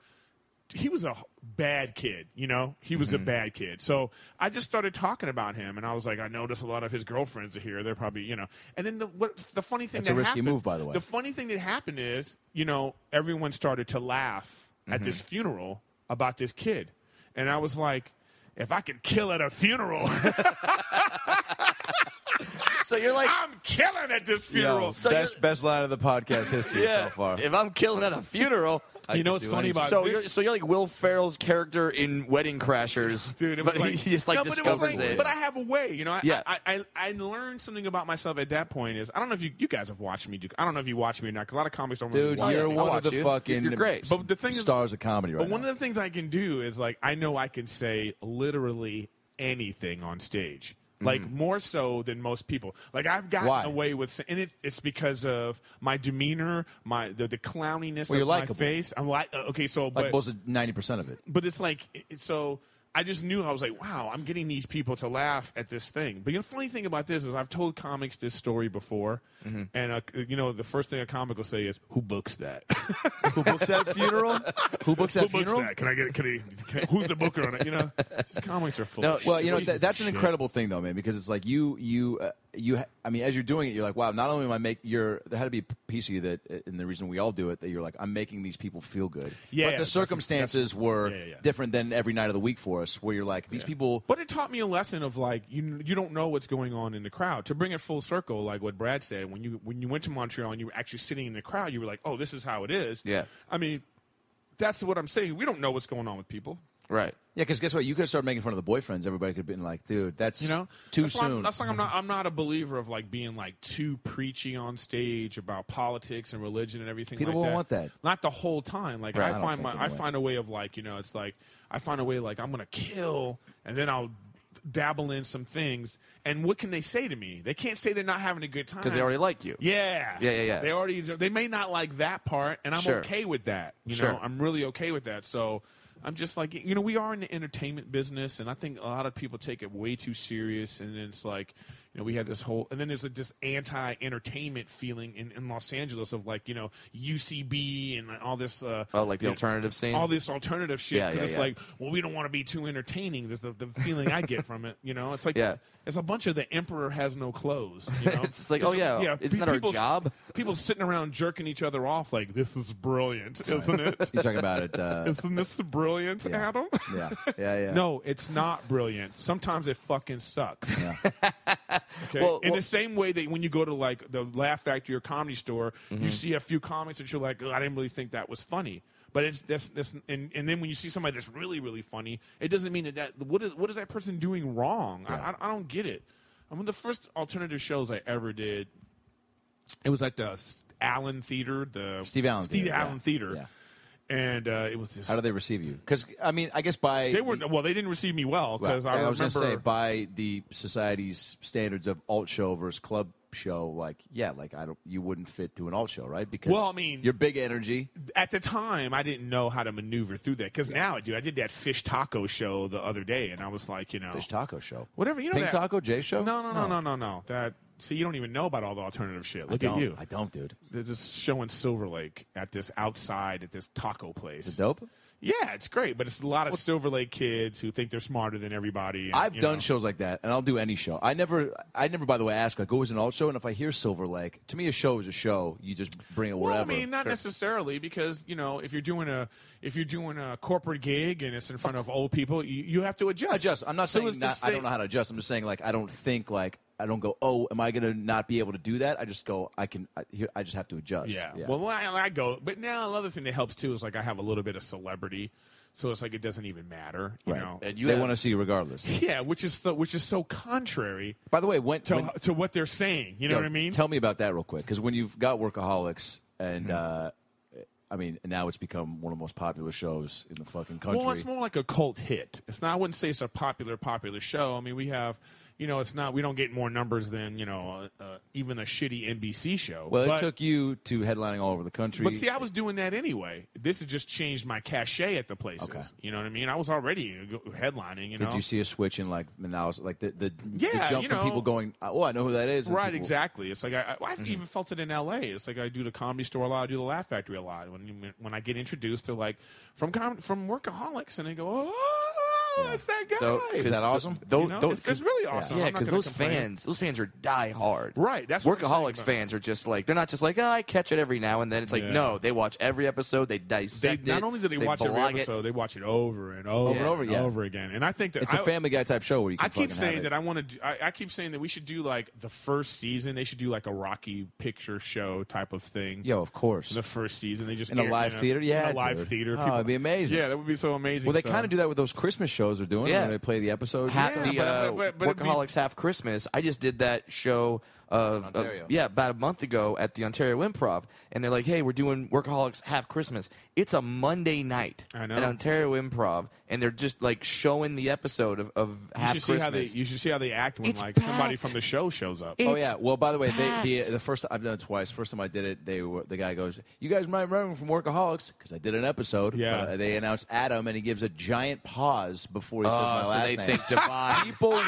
A: he was a h- bad kid, you know? He was
B: Mm-hmm.
A: a bad kid. So I just started talking about him, and I was like, I notice a lot of his girlfriends are here. They're probably, you know. And then the what the funny thing
B: That's a
A: that
B: risky
A: happened,
B: move, by the way.
A: funny thing that happened is, you know, everyone started to laugh at
B: Mm-hmm.
A: this funeral about this kid. And I was like, if I could kill at a funeral,
C: So you're like,
A: I'm killing at this
B: Yo,
A: funeral.
C: So
B: best
C: you're-
B: best line of the podcast history
C: yeah.
B: so far.
C: If I'm killing at a funeral, I
A: You know
C: can
A: what's
C: do
A: funny
C: anything.
A: about
C: so
A: Uh, this-
C: You're, so you're like Will Ferrell's character in Wedding Crashers,
A: Dude, it was
C: but
A: like,
C: he just like
A: No, but it was
C: discovers it.
A: like- But I have a way, you know. I,
C: Yeah.
A: I, I I learned something about myself at that point. Is I don't know if you, you guys have watched me do. I don't know if you watch me or not. Because a lot of comics don't. really
B: Dude,
A: watch
C: Why-
B: you're
C: Oh, I
A: me.
B: one
C: watch
B: of the
C: you.
B: fucking
C: You're great.
A: But the thing is-
B: stars of comedy right
A: But one
B: now.
A: of the things I can do is like I know I can say literally anything on stage. Like more so than most people. Like I've gotten
B: Why?
A: away with, sa- and it, it's because of my demeanor, my the, the clowniness
B: Well, you're
A: of my
B: likable.
A: face. I'm like, uh, okay, so
B: like
A: but,
B: most of ninety percent of it.
A: but it's like it- it's so I just knew I was like, wow, I'm getting these people to laugh at this thing. But you know, the funny thing about this is I've told comics this story before,
B: Mm-hmm.
A: and uh, you know the first thing a comic will say is, "Who books that?
B: Who books that funeral? Who books that
A: Who books
B: funeral?
A: that? Can I get? Can, he, can who's the booker on it? You know, just comics are full. of
B: Well,
A: shit.
B: you know
A: Pieces
B: th-
A: of
B: that's an
A: shit.
B: incredible thing though, man, because it's like you you uh, you. Ha- I mean, as you're doing it, you're like, wow. Not only am I make you're there had to be a p- piece of you that, uh, and the reason we all do it, that you're like, I'm making these people feel
A: Yeah,
B: good. but
A: yeah,
B: the
A: that's-
B: circumstances were
A: yeah, yeah, yeah.
B: different than every night of the week for us, where you're like, these people.
A: But it taught me a lesson of like you you don't know what's going on in the crowd. To bring it full circle, like what Brad said, when you when you went to Montreal and you were actually sitting in the crowd, you were like, "Oh, this is how it is."
C: Yeah.
A: I mean, that's what I'm saying. We don't know what's going on with people.
C: right.
B: Yeah, because guess what? You could start making fun of the boyfriends. Everybody could have been like, dude, that's
A: You know,
B: too
A: that's why I'm-
B: soon.
A: that's why I'm not. I'm not a believer of like being like too preachy on stage about politics and religion and everything. like
B: People won't
A: that.
B: want that.
A: Not the whole time. Like
C: Right. I
A: I
B: don't
A: find my.
B: think they
A: I
B: will.
A: find a way of like you know. It's like I find a way like I'm gonna kill and then I'll dabble in some things. And what can they say to me? They can't say they're not having a good time
C: because they already like you.
A: Yeah.
C: Yeah, yeah, yeah.
A: They already they may not like that part, and I'm
C: Sure.
A: okay with that. You
C: Sure.
A: know, I'm really okay with that. So I'm just like you know, we are in the entertainment business, and I think a lot of people take it way too serious, and then it's like you know we had this whole, and then there's a just anti-entertainment feeling in, in Los Angeles of like you know UCB and all this. Uh,
C: Oh, like the
A: you know,
C: alternative scene?
A: All this alternative shit.
C: Yeah,
A: 'cause
C: yeah,
A: it's
C: yeah.
A: like, well, we don't want to be too entertaining. That's the, the feeling I get from it. You know, it's like
C: Yeah.
A: it's a bunch of the emperor has no clothes. You know,
C: It's just like, oh, yeah, isn't
A: pe-
C: that our
A: people's-
C: job?
A: People sitting around jerking each other off like, this is brilliant, isn't it?
B: You're talking about it. Uh,
A: isn't this brilliant, Adam?
B: yeah, yeah, yeah.
A: No, it's not brilliant. Sometimes it fucking sucks.
B: Yeah.
A: Okay?
C: Well-
A: In
C: well-
A: the same way that when you go to like the Laugh Factory or Comedy Store,
B: Mm-hmm.
A: you see a few comics that you're like, "Ugh, I didn't really think that was funny. But it's that's that's and, and then when you see somebody that's really really funny, it doesn't mean that that what is what is that person doing wrong? I, I I don't get it. I mean, the first alternative shows I ever did, it was at the S- Allen Theater, the
B: Steve Allen
A: Steve
B: Theater, yeah.
A: Allen Theater,
B: Yeah.
A: and uh, it was just
B: How do they receive you? Because I mean, I guess by
A: they were well they didn't receive me well
B: Well,
A: because I, remember
B: was going to say by the society's standards of alt show versus club show, like yeah, like I don't, you wouldn't fit to an alt show, right? Because
A: Well, I mean-
B: you're big energy.
A: at the time I didn't know how to maneuver through that because now I do. I did that fish taco show the other day, and I was like, you know,
B: Fish taco show,
A: Oh. whatever you know,
B: Pink
A: that-
B: taco, J show.
A: No, no, no, no, no, no. That see, you don't even know about all the alternative shit. Look
B: I
A: at
B: don't,
A: you.
B: I don't, dude.
A: They're just showing Silver Lake at this outside at this taco place.
B: Is it dope?
A: Yeah, it's great, but it's a lot of Silver Lake kids who think they're smarter than everybody. and,
B: I've
A: you
B: done
A: know.
B: shows like that, and I'll do any show. I never, I never, by the way, ask like, what was an alt show? And if I hear Silver Lake, to me, a show is a show. You just bring it
A: Well,
B: wherever.
A: I mean, not necessarily because you know if you're doing a if you're doing a corporate gig and it's in front of old people, you, you have to adjust.
B: adjust. I'm not
A: So it's
B: saying
A: the
B: not, I
A: same-
B: don't know how to adjust. I'm just saying like I don't think like I don't go. Oh, am I going to not be able to do that? I just go. I can. I, here, I just have to adjust.
A: Yeah. Well, I, I go, but now another thing that helps too is like I have a little bit of celebrity, so it's like it doesn't even matter, you
B: Right.
A: know.
D: And you
B: they
D: have-
B: want to see you regardless.
A: yeah, which is so which is so contrary
B: By the way, when,
A: to
B: when-
A: to what they're saying. You know
B: yo,
A: what I mean?
B: Tell me about that real quick, because when you've got workaholics and.
A: Hmm.
B: uh I mean, now it's become one of the most popular shows in the fucking country.
A: Well, it's more like a cult hit. It's not. I wouldn't say it's a popular, popular show. I mean, we have, you know, it's not. We don't get more numbers than you know, uh, uh, even a shitty NBC show.
B: well,
A: But-
B: it took you to headlining all over the country.
A: But see, I was doing that anyway. This has just changed my cachet at the places.
B: Okay.
A: You know what I mean? I was already uh, headlining. You know,
B: Did you see a switch in like Manaus, like the the, the
A: Yeah,
B: jump
A: you
B: from
A: know.
B: people going, "Oh, I know who that is," and
A: Right,
B: people- Mm-hmm.
A: exactly. It's like I, I, I've even felt it in L.A. It's like I do the comedy store a lot, I do the Laugh Factory a lot. When you- when I get introduced to like from com- from workaholics, and they go, oh, it's that guy.
C: Though-
B: Is that awesome?
C: Though,
A: You know,
C: though-
A: it's, it's really awesome.
C: yeah,
A: I'm not
C: because
A: gonna
C: those
A: complain.
C: fans, those fans are die hard.
A: Right, that's what I'm saying
C: workaholics
A: about-
C: fans are just like they're not just like oh, I catch it every now and then. It's like
A: Yeah.
C: no, they watch every episode. They
A: They,
C: dissect it.
A: not only do they, watch every
C: blog it.
A: episode, they watch it over and over,
B: and over, yeah.
A: over again. And I think that
B: It's a
A: I-
B: Family Guy type show where you. Can
A: I keep
B: fucking have
A: saying
B: it.
A: that I want to. I, I keep saying that we should do like the first season. They should do like a Rocky picture show type of thing.
B: Yo, of course.
A: the first season. They just
B: In a
A: aired
B: live theater? Yeah,
A: in a live
B: dude.
A: theater.
B: Oh, it'd be amazing.
A: Yeah, that would be so amazing.
B: Well, they
A: so-
B: kind of do that with those Christmas shows they're doing.
C: Yeah.
B: where they play the episodes.
C: Half
A: Yeah,
C: the
A: but-
C: uh,
A: but- but it'd be-
C: workaholics, half Christmas. I just did that show of of-
B: Ontario.
C: yeah, about a month ago at the Ontario Improv, and they're like, "Hey, we're doing workaholics half Christmas." It's a Monday night
A: I know.
C: at Ontario Improv, and they're just like showing the episode of, of
A: You
C: half
A: should see
C: Christmas.
A: how they. You should see how they act when
C: It's
A: like somebody
C: packed.
A: from the show shows up.
B: Oh yeah.
C: It's
B: Well, by the way, they, the
C: packed.
B: the first I've done it twice. First time I did it, they were, the guy goes, "You guys might remember me from Workaholics because I did an episode."
A: Yeah.
B: But, uh, they announced Adam, and he gives a giant pause before he says my
C: so
B: last
C: they
B: name.
C: think divine.
B: People went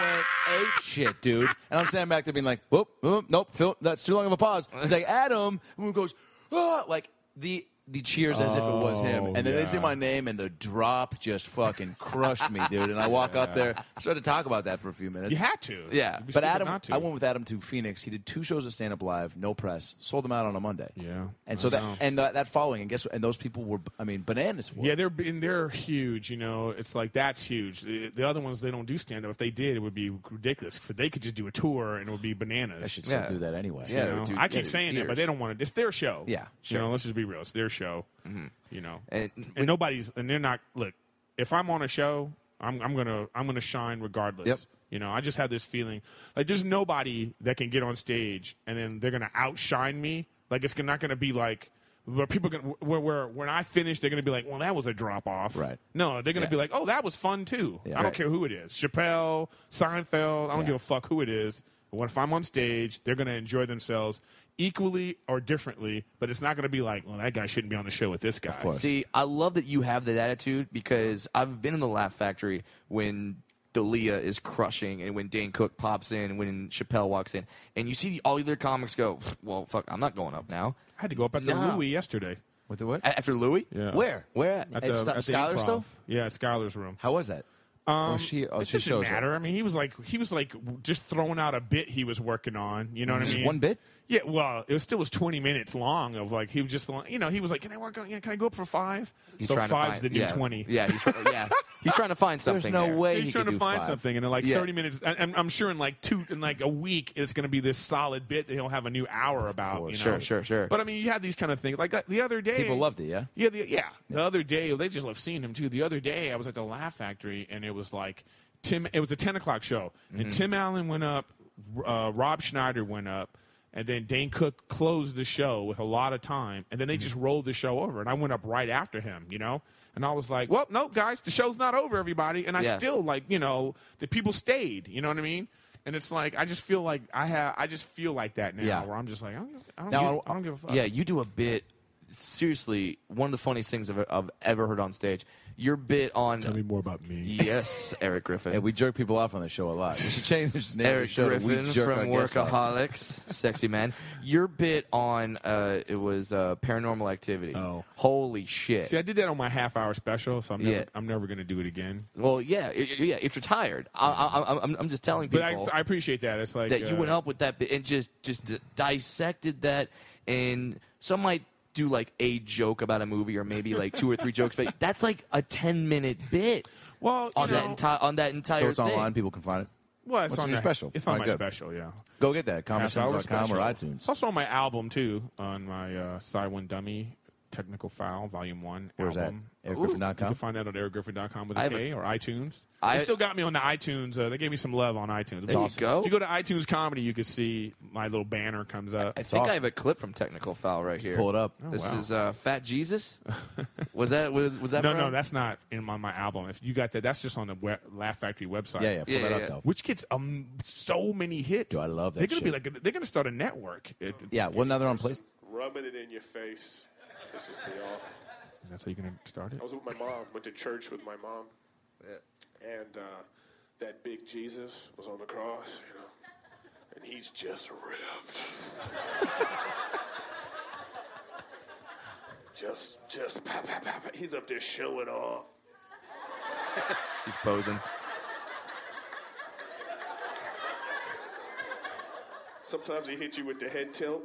B: ape shit, dude. And I'm standing back there being like, "Whoop, whoop nope, Phil, that's too long of a pause." He's like, "Adam," and who goes, "Ah!" Like the. The cheers as if it was him,
A: Oh,
B: and then they say
A: yeah.
B: my name, and the drop just fucking crushed me, dude. And I walk up there, start to talk about that for a few minutes.
A: You had to.
C: Yeah,
A: You'd be
B: But
A: stupid
B: Adam,
A: not to.
B: I went with Adam to Phoenix. He did two shows of stand up live, no press, sold them out on a Monday.
A: Yeah,
B: and
A: I
B: so that
A: know.
B: and uh, that that following, and guess what? And those people were, I mean, bananas for. it.
A: Yeah, they're and they're huge. You know, it's like that's huge. The the other ones they don't do stand up. If they did, it would be ridiculous. For they could just do a tour and it would be bananas.
B: I should still
C: Yeah.
B: do that anyway.
C: Yeah.
A: you know?
C: dude,
A: I
C: yeah,
A: keep saying that, but
C: years.
A: they don't want to. It's their show.
B: Yeah,
A: you know. Let's just be real. It's their show. You know,
C: Mm-hmm. And-
A: and, nobody's and they're not. Look, if I'm on a show, I'm, I'm gonna I'm gonna shine regardless.
C: Yep.
A: You know, I just have this feeling like there's nobody that can get on stage and then they're gonna outshine me. Like it's not gonna be like. But people are gonna where, where when I finish, they're gonna be like, "Well, that was a drop off."
B: Right.
A: No, they're gonna
C: Yeah.
A: be like, "Oh, that was fun too."
B: Yeah.
A: I don't
B: Right.
A: care who it is, Chappelle, Seinfeld. I don't
B: Yeah.
A: give a fuck who it is. When if I'm on stage, they're gonna enjoy themselves equally or differently. But it's not gonna be like, "Well, that guy shouldn't be on the show with this guy." Of
B: course.
C: See, I love that you have that attitude because I've been in the Laugh Factory when Dalia is crushing and when Dane Cook pops in, when Chappelle walks in, and you see all the other comics go, "Well, fuck, I'm not going up now."
A: I had to go up after
C: Nah.
A: Louis yesterday.
B: With the what?
C: A- After Louis,
A: Yeah.
C: where, where at?
A: At
B: At Sto- Skylar's
A: improv.
B: stuff?
A: Yeah, at Skylar's room.
B: How was that?
A: Um,
B: Or she- oh,
A: it
B: she
A: doesn't
B: shows up.
A: matter. I mean, he was like he was like just throwing out a bit he was working on. You know what I
C: Just
A: mean?
C: one bit?
A: Yeah. Well, it was still was twenty minutes long of like he was just you know he was like, can I work on? yeah, Can I go up for five?
C: He's
A: so
C: trying to
A: five's
C: find
A: the new
C: yeah.
A: twenty.
C: Yeah, he's, try- yeah, he's trying to find
B: There's
C: something.
B: no
C: there.
B: way
A: He's
B: he
A: trying
B: could
A: to
B: do
A: find
B: five.
A: something, and in like
C: Yeah.
A: thirty minutes, I- I'm, I'm sure in like two, in like a week, it's going to be this solid bit that he'll have a new hour about. You know?
B: course.
C: Sure, sure, sure.
A: But I mean, you have these kind of things. Like uh, the other day,
B: People loved it, yeah?
A: yeah, the, yeah. The other day, they just love seeing him too. The other day, I was at the Laugh Factory, and it was like Tim. It was a ten o'clock show, and Tim Allen went up, uh, Rob Schneider went up, and then Dane Cook closed the show with a lot of time, and then they just rolled the show over, and I went up right after him, you know. And I was like, "Well, no, guys, the show's not over, everybody." And I
C: Yeah.
A: still like, you know, the people stayed. You know what I mean? And it's like I just feel like I have, I just feel like that now,
B: Yeah.
A: where I'm just like, I don't, give- I don't,
B: Now,
A: give,
B: I-
A: I don't give a fuck.
C: Yeah, you do a bit. Seriously, one of the funniest things I've, I've ever heard on stage. Your bit on
A: more about me.
C: yes, Eric Griffin.
B: Yeah, we jerk people off on the show a lot. We should change the name of the
C: Eric
B: show to
C: Griffin
B: we jerk
C: from
B: Our Guests Off.
C: Workaholics, sexy man. Your bit on uh, it was uh, Paranormal Activity.
A: Oh.
C: holy shit!
A: See, I did that on my half hour special, so I'm never,
C: Yeah.
A: I'm never going to do it again.
C: well, yeah, i- i- yeah, it's retired. I, I, I'm, I'm just telling
A: But
C: people
A: I, I appreciate that. It's like
C: that
A: uh,
C: you went up with that bit and just just d- dissected that, and some might do like a joke about a movie or maybe like two or three jokes, but that's like a ten minute bit
A: Well, you
C: on that
A: know,
C: entire on that entire.
B: So it's
C: thing.
B: online. People can find it.
A: well, it's
B: What's
A: on
B: in your
A: the-
B: special?
A: It's on
B: All
A: my
B: right, good.
A: special. Yeah.
B: Go get that.
A: Half hour
B: ComicSounds.com or
A: special.
B: iTunes.
A: It's also on my album too, on my uh, Side One Dummy Technical File Volume One
B: Where's that?
A: album. You
B: EricGriffin.com.
A: can find that on ericgriffin.com with a
C: I have a-
A: K or iTunes.
C: I-
A: they still got me on the iTunes. Uh, they gave me some love on iTunes. It's
C: There you
A: awesome.
C: go.
A: If you go to iTunes Comedy, you can see my little banner comes up.
C: I think I
B: awesome.
C: have a clip from Technical Foul right here.
B: Pull it up.
C: This
A: wow.
C: is uh, Fat Jesus. was that was, was that
A: no,
C: from?
A: no, that's not in my, my album. If you got that, that's just on the we- Laugh Factory website.
B: Yeah, yeah. Pull
C: Yeah,
B: that
C: yeah.
B: up, though.
A: Which gets um so many hits.
B: Dude, I love that
A: They're gonna be
B: shit.
A: like they're gonna start a network. It-
B: Yeah, well, now they're on place.
E: rubbing it in your face. This was me off.
A: that's how you're gonna start it.
E: I was with my mom, went to church with my mom. And uh, that big Jesus was on the cross, you know. And he's just ripped. just, just, pop, pop, pop, pop. He's up there showing off.
C: He's posing.
E: Sometimes he hits you with the head tilt.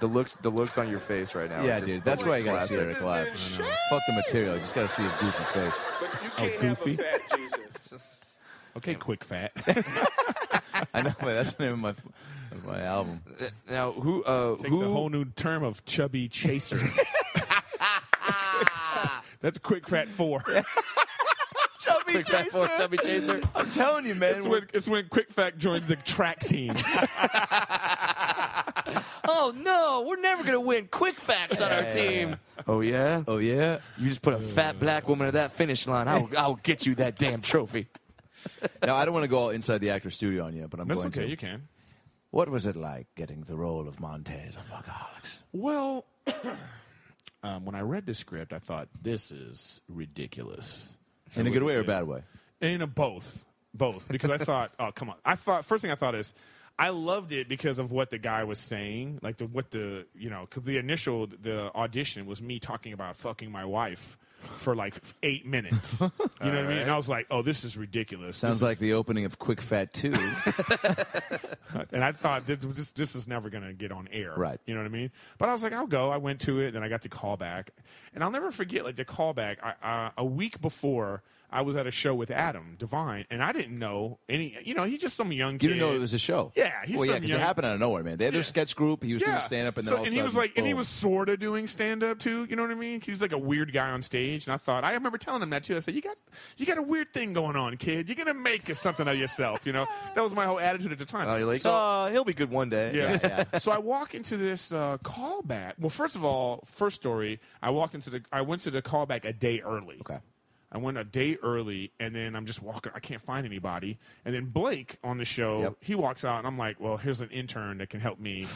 C: The looks, the looks on your face right now.
B: Yeah,
C: are just
B: dude. That's why you gotta see
C: classic.
B: Eric live. Fuck the material. You just gotta see his goofy face.
E: But you can't have
A: Oh, goofy.
E: a fat Jesus.
A: Okay, quick fat.
B: I know, but that's the name of my of my album.
C: Now, who, uh,
A: Takes a whole
C: who,
A: new term of chubby chaser. that's quick fat four.
B: Chubby
C: Quick Fat Four Chubby Chaser?
B: I'm telling you, man.
A: It's when, it's when quick fat joins the track team.
D: Oh no, we're never gonna win. Quick facts on our team.
C: Oh yeah,
B: oh yeah.
C: you just put a fat black woman at that finish line. I'll, I'll get you that damn trophy.
B: Now I don't want to go all inside the actor studio on you, but I'm
A: that's
B: going
A: okay.
B: to.
A: You can.
B: What was it like getting the role of Montez on Workaholics?
A: Well, um, when I read the script, I thought this is ridiculous.
B: In a good way or a bad way?
A: In a both, both, because I thought, oh come on! I thought first thing I thought is, I loved it because of what the guy was saying, like the what the you know, because the initial the audition was me talking about fucking my wife for like eight minutes. You know what I mean? And I was like, oh, this is ridiculous.
B: Sounds
A: This
B: like
A: is-
B: the opening of Quick Fat Two.
A: and I thought this, this this is never gonna get on air,
B: Right.
A: You know what I mean? But I was like, I'll go. I went to it, then I got the call back, and I'll never forget like the call back. I, uh, a week before, I was at a show with Adam Divine, and I didn't know any. You know, he's just some young kid.
B: You didn't know it was a show.
A: Yeah, he's
B: well, yeah,
A: some
B: because it
A: young-
B: happened out of nowhere, man. They had their
A: Yeah.
B: sketch group. He was doing stand up, and then
A: So-
B: all of a
A: he
B: sudden,
A: was like, and he
B: boom.
A: was sort of doing stand up too. You know what I mean? He's like a weird guy on stage, and I thought I remember telling him that too. I said, "You got, you got a weird thing going on, kid. You're gonna make a- something out of yourself." You know, that was my whole attitude at the time.
C: Oh, you're like,
A: so,
C: oh, he'll be good one day.
A: yeah. so I walk into this uh, callback. Well, first of all, first story, I walked into the, I went to the callback a day early.
B: Okay.
A: I went a day early, and then I'm just walking. I can't find anybody. And then Blake on the show,
B: Yep.
A: he walks out, and I'm like, "Well, here's an intern that can help me."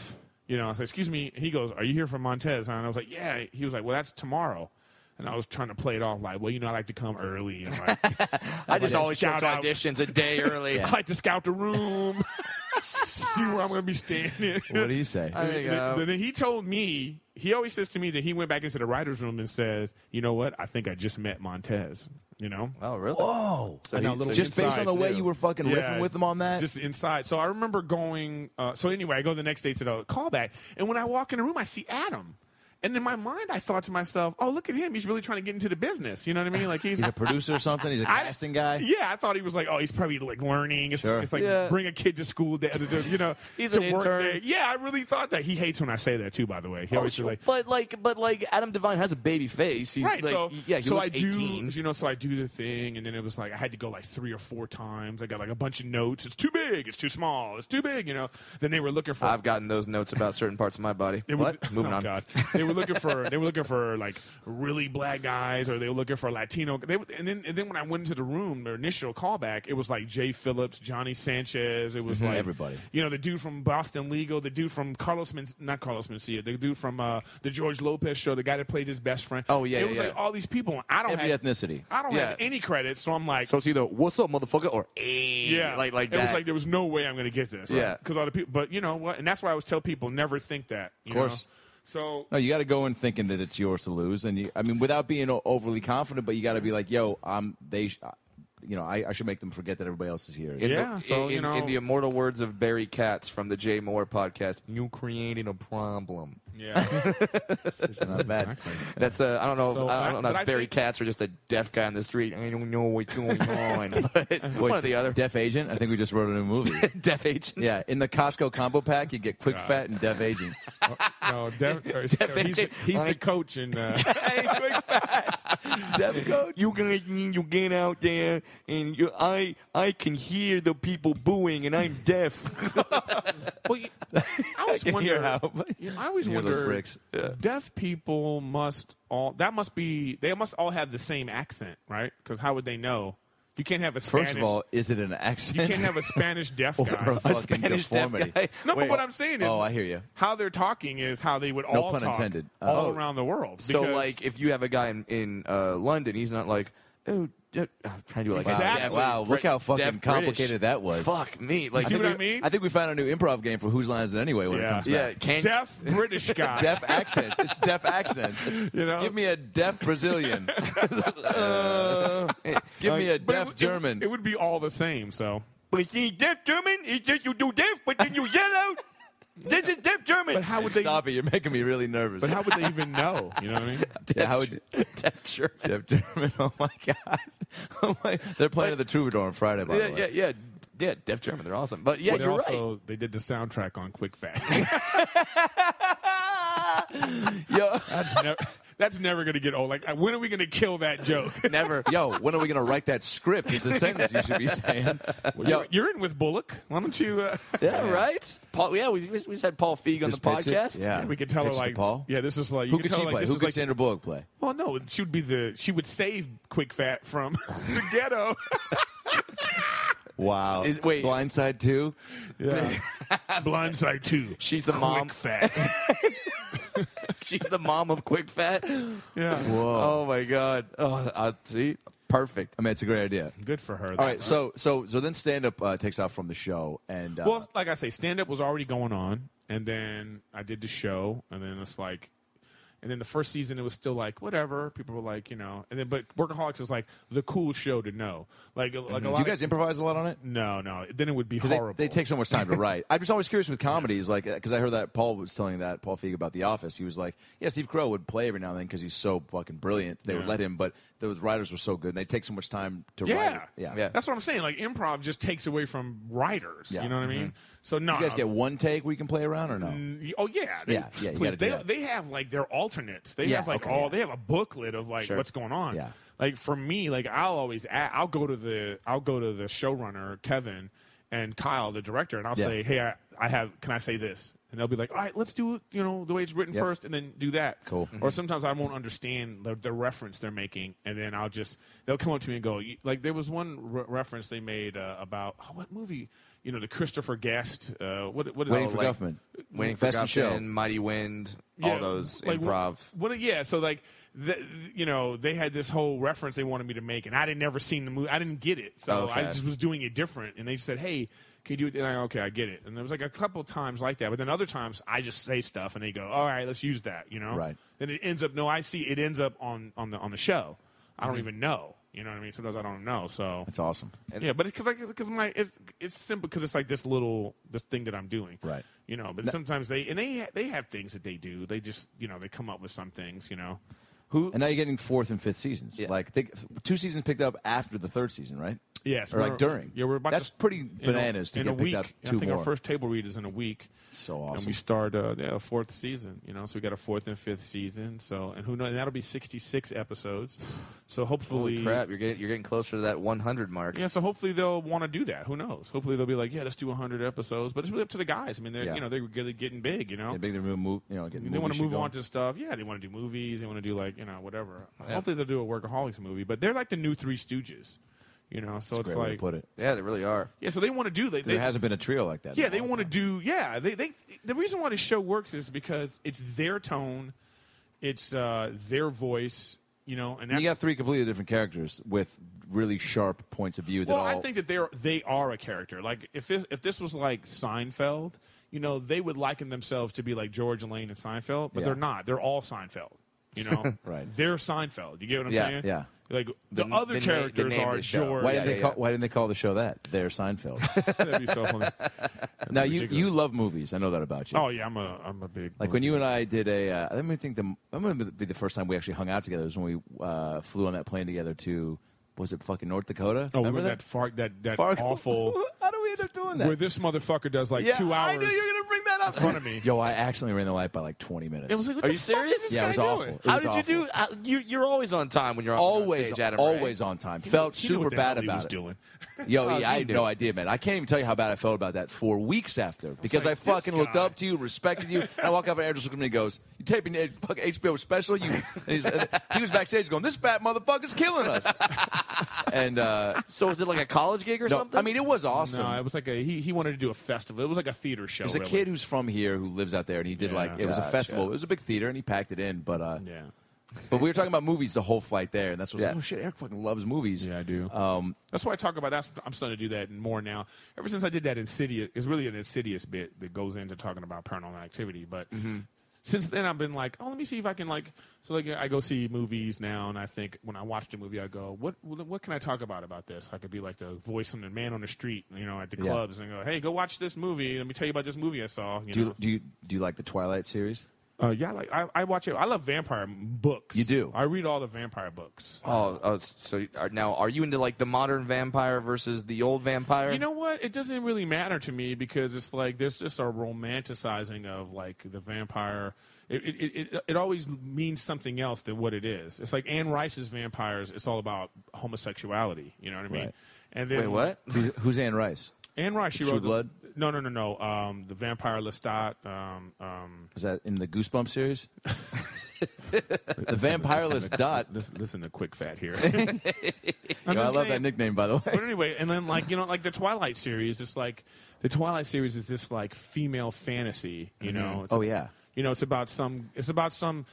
A: You know, I said, "Excuse me." He goes, "Are you here from Montez?" huh?" And I was like, "Yeah." He was like, "Well, that's tomorrow." And I was trying to play it off like, "Well, you know, I like to come early." And like,
C: I just always show
A: shout
C: up to
A: out.
C: auditions a day early.
A: I like to scout the room, see where I'm going to be standing.
B: What do you say?
C: I think,
A: then,
C: uh,
A: then- then he told me he always says to me that he went back into the writers' room and says, "You know what? I think I just met Montez." You know,
C: oh, really?
B: Whoa!
C: So he- so
B: just based
A: inside
B: on the way
C: knew.
B: you were fucking riffing with him on that.
A: just inside. So I remember going. Uh, so anyway, I go the next day to the callback, and when I walk in the room, I see Adam. And in my mind, I thought to myself, "Oh, look at him! He's really trying to get into the business." You know what I mean? Like he's,
B: he's a producer or something. He's a
A: I-
B: casting guy.
A: Yeah, I thought he was like, oh, he's probably like learning. It's,
B: Sure.
A: it's like
C: Yeah.
A: bring a kid to school, to, to, you know.
C: He's
A: to
C: an
A: work
C: intern.
A: there. Yeah, I really thought that. He hates when I say that too. By the
B: Oh,
A: way, he always is like,
D: but like, but like, Adam Devine has a baby face. He's
A: right.
D: like,
A: so
D: yeah, he
A: so
D: looks
A: I do,
D: 18.
A: you know. So I do the thing, and then it was like I had to go like three or four times. I got like a bunch of notes. It's too big. It's too small. It's too big. You know. Then they were looking for.
C: I've gotten those notes about certain parts of my body.
A: They were-
C: what? Moving
A: oh,
C: on.
A: God. They were looking for they were looking for like really black guys, or they were looking for Latino. They, were- and then and then when I went into the room, their initial callback, it was like Jay Phillips, Johnny Sanchez. It
C: Mm-hmm,
A: was like
B: everybody.
A: You know, the dude from Boston Legal, the dude from Carlos Men- not Carlos Mencia, the dude from uh, the George Lopez show, the guy that played his best friend.
C: Oh, yeah,
A: it
C: yeah,
A: was
C: yeah.
A: like all these people. I don't
B: Every
A: have
B: ethnicity.
A: I don't
C: Yeah.
A: have any credit, so I'm like,
C: So it's either "What's up, motherfucker?" or "Hey,"
A: yeah,
C: like like
A: it
C: that.
A: was like there was no way I'm going to get this.
C: Yeah.
A: because all the people. But you know what? And that's why I always tell people never think that. You
B: course.
A: Know? So
B: No, you got to go in thinking that it's yours to lose, and you, I mean, without being o- overly confident, but you got to be like, "Yo, I'm they, sh- you know, I, I should make them forget that everybody else is here."
C: In the-
A: Yeah, so,
C: in,
A: you
C: in-
A: know-
C: in the immortal words of Barry Katz from the Jay Moore podcast, you created a problem.
A: yeah.
C: Not bad. That's uh, I don't know.
A: So,
C: if, I
A: but-
C: don't know
A: but
C: if
A: I
C: Barry
A: think-
C: Katz or just a deaf guy on the street. I don't know what's going on. but one or the other.
B: Deaf Agent. I think we just wrote a new movie.
C: deaf agent.
B: yeah, in the Costco combo pack, you get Quick
A: God.
B: Fat and Deaf Agent.
A: No, Dev, or, he's, the,
C: Agent.
A: he's the coach, and uh,
C: You guys need to get out there, and you, I I can hear the people booing, and I'm deaf.
A: well, you, I always
B: can hear
A: wonder.
B: how-
A: you know, I always
B: Hear those
A: wonder.
B: bricks.
A: Deaf people must all that must be they must all have the same accent, right? Because how would they know? You can't have a Spanish.
B: First of all, is it an accent?
A: you can't have a Spanish deaf
B: or a
A: guy.
B: fucking
C: Spanish deaf
B: deformity.
C: guy.
A: No,
B: Wait.
A: but what I'm saying is,
B: Oh, I hear you.
A: How they're talking is how they would
B: No
A: all
B: pun
A: talk
B: intended. Uh,
A: all
B: oh.
A: around the world.
C: So
A: because-
C: like, if you have a guy in, in uh, London, he's not like, oh, uh, I'm trying to do it like
A: Exactly.
C: deaf-
B: Wow, look how fucking
C: deaf British.
B: complicated that was.
C: Fuck me, like
A: see
C: I
A: what I
C: think
A: mean?
B: I think we found a new improv game for whose lines it anyway when
A: Yeah.
B: it comes
C: we-
B: back.
C: yeah, can
A: deaf British guy.
B: Deaf accents. It's deaf accents. You
A: know?
B: give me a deaf Brazilian. Uh, give me
A: But
B: a
A: it
B: deaf
A: would- it would-
B: German.
A: it would be all the same. So
C: But see, deaf German is just you do deaf, but then you yell out. This is deaf German.
A: But how would they?
B: Stop it! You're making me really nervous.
A: But how would they even know? You know what I mean?
B: Yeah, how would you-
C: deaf German.
B: deaf German? Oh my god! Oh my, they're playing at the Troubadour on Friday. By
C: Yeah,
B: the way,
C: yeah, yeah, yeah. Deaf German, they're awesome. But yeah,
A: But
C: you're right.
A: also, they did the soundtrack on Quick Fat.
B: Yo-
A: that's, never, that's never gonna get old. Like, when are we gonna kill that joke?
C: Never.
B: Yo, when are we gonna write that script? It's a sentence you should be saying. Yo,
A: You're, you're in with Bullock. Why don't you? Uh,
C: Yeah, right. Paul. Yeah, we we just had Paul Feig on the
B: Just pitch it.
C: podcast.
B: Yeah,
A: we could tell her
B: Pitch it to
A: like,
B: Paul.
A: yeah, this is like. You
B: Who
A: could
B: could
A: tell
B: she
A: her, like,
B: play?
A: this
B: Who
A: is
B: could
A: like,
B: Sandra Bullock play?
A: Well, no, she would be the. She would save Quick Fat from the ghetto.
B: Wow.
C: Is- wait.
B: Blindside Two.
A: Yeah. Blindside two.
C: She's the mom.
A: Quick Fat.
C: She's the mom of Quick Fat.
A: Yeah.
C: Oh my God. Oh, I see. Perfect.
B: I mean, it's a great idea.
A: Good for her.
B: All right, so so so then stand up uh, takes off from the show, and uh,
A: Well, it's like I say, stand up was already going on, and then I did the show, and then it's like, And then the first season, it was still like whatever. People were like, you know. And then, but Workaholics is like the cool show to know. Like, like a lot.
B: Mm-hmm. Do you guys
A: of,
B: improvise a lot on it?
A: no, no. Then it would be
B: 'Cause they-
A: horrible.
B: They, take so much time to write. I was always curious with comedies, like because I heard that Paul was telling that Paul Feig about The Office. He was like, "Yeah, Steve Crow would play every now and then because he's so fucking brilliant. They would
A: Yeah.
B: let him, but those writers were so good. and They take so much time to
A: Yeah.
B: write. it.
C: Yeah.
A: That's what I'm saying. Like improv just takes away from writers.
B: Yeah. Mm-hmm.
A: You know what I mean? So no.
B: You guys get one take where you can play around or no?
A: Mm, Oh yeah, they,
B: Yeah, yeah, you
A: please,
B: gotta do
A: they
B: that.
A: they have like their alternates. They
B: Yeah,
A: have like
B: okay,
A: all
B: yeah.
A: they have a booklet of like
C: Sure.
A: what's going on.
B: Yeah.
A: Like for me, like I'll always a I'll go to the I'll go to the showrunner Kevin and Kyle the director and I'll
B: Yeah.
A: say, hey, I, I have can I say this? And they'll be like, all right, let's do it, you know the way it's written
B: Yep.
A: first, and then do that.
B: Cool. Mm-hmm.
A: Or sometimes I won't understand the, the reference they're making, and then I'll just they'll come up to me and go "You-" like there was one re- reference they made uh, about oh, what movie. You know the Christopher Guest. Uh, what what is
B: Waiting
A: it?
B: for
C: Oh, like-
B: Guffman.
C: Waiting for
B: Best in
C: Guffin,
B: Show.
C: Mighty Wind, all
A: Yeah,
C: those
A: like,
C: improv.
A: What, what- yeah, so like, the, you know, they had this whole reference they wanted me to make, and I didn't never seen the movie. I didn't get it, so I
C: Okay.
A: just was doing it different. And they said, "Hey, can you do it?" And I okay, I get it. And there was like a couple times like that, but then other times I just say stuff, and they go, "All right, let's use that," you know.
B: Right.
A: Then it ends up no, I see it ends up on on the on the show. I
C: Mm-hmm.
A: don't even know. You know what I mean? Sometimes I don't know. So
B: That's awesome.
A: yeah, but because like because my it's it's simple because it's like this little this thing that I'm doing,
B: Right.
A: You know, but sometimes they and they they have things that they do. They just you know they come up with some things. You know,
B: And now you're getting fourth and fifth seasons. Like they, two seasons picked up after the third season, right?
A: yes,
B: Or like
A: we're-
B: during.
A: Yeah, we're about
B: That's
A: to,
B: pretty
A: in a-
B: bananas to
A: in
B: get
A: a
B: picked
A: week.
B: up
A: I
B: two
A: think
B: more.
A: our first table read is in a week.
B: So
A: And
B: awesome.
A: we start uh, yeah, a fourth season, you know, so we got a fourth and fifth season. So and who knows? And that'll be sixty six episodes. So hopefully,
C: Holy crap! You're getting you're getting closer to that 100 mark.
A: Yeah, so hopefully they'll want to do that. Who knows? Hopefully they'll be like, yeah, let's do 100 episodes. But it's really up to the guys. I mean, they're
B: Yeah.
A: you know they're really getting big. You know,
B: Yeah, big they're moving, move, you know, getting
A: they
B: want to
A: move on to stuff. Yeah, they want to do movies. They want to do like you know whatever. Hopefully they'll do a workaholics movie. But they're like the new Three Stooges, you know. So
B: Great
A: it's
B: way to
A: like
B: put it.
C: Yeah, they really are.
A: yeah, so they want to do like
B: There
A: they,
B: hasn't been a trio like that.
A: yeah they want to do yeah they they the reason why this show works is because it's their tone, it's uh their voice. You know, and that's
B: You got three completely different characters with really sharp points of view. That
A: well,
B: all,
A: I think that they're they are a character. Like if it, if this was like Seinfeld, you know, they would liken themselves to be like George and Lane and Seinfeld, but
B: Yeah.
A: they're not. They're all Seinfeld. You know,
B: Right.
A: They're Seinfeld. You get what I'm
C: Yeah,
A: saying?
B: yeah.
A: Like the,
C: n-
A: other
C: the na- the
A: characters
C: name
A: are
C: of the show.
A: George.
B: Why
C: Yeah,
B: didn't they
C: yeah,
B: call?
C: yeah.
B: Why didn't they call the show that? They're Seinfeld.
A: That'd be so funny.
B: now you you
A: ridiculous.
B: love movies. I know that about you.
A: Oh yeah, I'm a I'm a big
B: Like when you and I did a, uh, I think- I think the, I'm going to be the first time we actually hung out together was when we uh, flew on that plane together to, was it fucking North Dakota?
A: oh
B: Remember
A: when that far, that that
B: Fargo.
A: awful
B: How do we end up doing that?
A: where this motherfucker does like
B: yeah,
A: two
B: I
A: hours
B: knew you were going to bring that
A: in
B: up.
A: front of me.
B: Yo, I accidentally ran the light by like 20 minutes.
A: It was like, what
D: Are
A: the
D: you
A: fuck is
D: serious?
A: this
B: yeah, it was
A: guy
B: awful.
A: doing?
B: It
D: How
B: was
D: did
B: awful.
D: you do? How,
C: Uh,
D: you, you're always on time when you're on
B: Always,
C: stage, Adam Ray?
B: always on time. Felt
A: He knew
B: super
A: what the
B: bad
A: hell he
B: about
A: was
B: it.
A: doing. Oh,
B: Yo, E, I had no idea, man. I can't even tell you how bad I felt about that for weeks after because I,
A: like, this
B: fucking looked
A: guy.
B: up to you, respected you, and I walk up and Andrew looks at me and goes, "You taping a fucking HBO special?" You, and he's, and he was backstage going, "This fat motherfucker's killing us," and uh,
D: So is it like a college gig or
B: no,
D: something?
B: I mean it was awesome.
A: No, it was like a he, he wanted to do a festival. It was like a theater show.
B: There's a
A: really.
B: kid who's from here who lives out there, and he did
A: Yeah.
B: like it was a
C: Gotcha.
B: festival. It was a big theater, and he packed it in. But uh,
A: Yeah.
B: but we were talking about movies the whole flight there, and that's what I was
C: Yeah.
B: like, oh shit, Eric fucking loves movies. Um,
A: Yeah, I do. that's why I talk about that. I'm starting to do that more now. Ever since I did that insidious, it's really an insidious bit that goes into talking about paranormal activity. But
B: Mm-hmm.
A: since then, I've been like, oh, let me see if I can like. So like, I go see movies now, and I think when I watch the movie, I go, what what can I talk about about this? I could be like the voice on the man on the street, you know, at the
B: Yeah.
A: clubs, and go, hey, go watch this movie. Let me tell you about this movie I saw. You
B: Do
A: know?
B: you, do you do you like the Twilight series?
A: Uh, yeah, like I, I watch it. I love vampire books.
B: You do?
A: I read all the vampire books.
C: Oh, oh so you- are, now are you into like the modern vampire versus the old vampire?
A: You know what? It doesn't really matter to me because it's like there's just a romanticizing of like the vampire. It it, it, it, it always means something else than what it is. It's like Anne Rice's vampires. It's all about homosexuality. You know what I mean?
B: Right.
A: And then
C: Wait, what?
B: Who's, who's Anne Rice?
A: Anne Rice. She
B: True
A: wrote the-
B: Blood?
A: no, no, no, no. Um, the Vampire Lestat. Um, um,
B: Was that in the Goosebump series? the Vampireless Dot.
A: listen, listen to Quick Fat here.
B: Yo, I
A: just
B: love that
A: saying-
B: nickname, by the way.
A: But anyway, and then like you know, like the Twilight series, it's like the Twilight series is this like female fantasy, you know? It's
B: Oh, yeah.
A: you know, it's about some. It's about some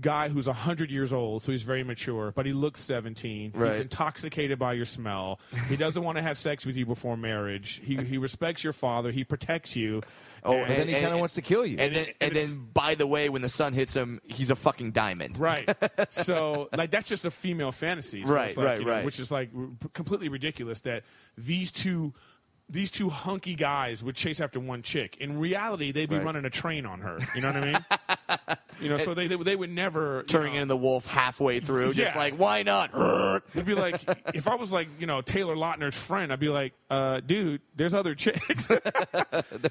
A: guy who's 100 years old, so he's very mature, but he looks 17. He's
C: Right.
A: intoxicated by your smell. He doesn't want to have sex with you before marriage. He, he respects your father. He protects you.
C: Oh,
A: And-
B: But then
C: And-
B: he kind of
C: and-
B: wants to kill you.
C: And then,
A: it- and
C: and
A: it's-
C: then, by the way, when the sun hits him, he's a fucking diamond.
A: Right. So, like, that's just a female fantasy. So
C: Right,
A: it's like,
C: right,
A: you know,
C: right.
A: Which is like r- completely ridiculous that these two. These two hunky guys would chase after one chick. In reality, they'd be
C: Right.
A: running a train on her. You know what I mean? you know, so they, they they would never you
C: Turning
A: know,
C: into the wolf halfway through, just
A: Yeah.
C: like why not?
A: It'd be like if I was like you know Taylor Lautner's friend, I'd be like, uh, dude, there's other chicks.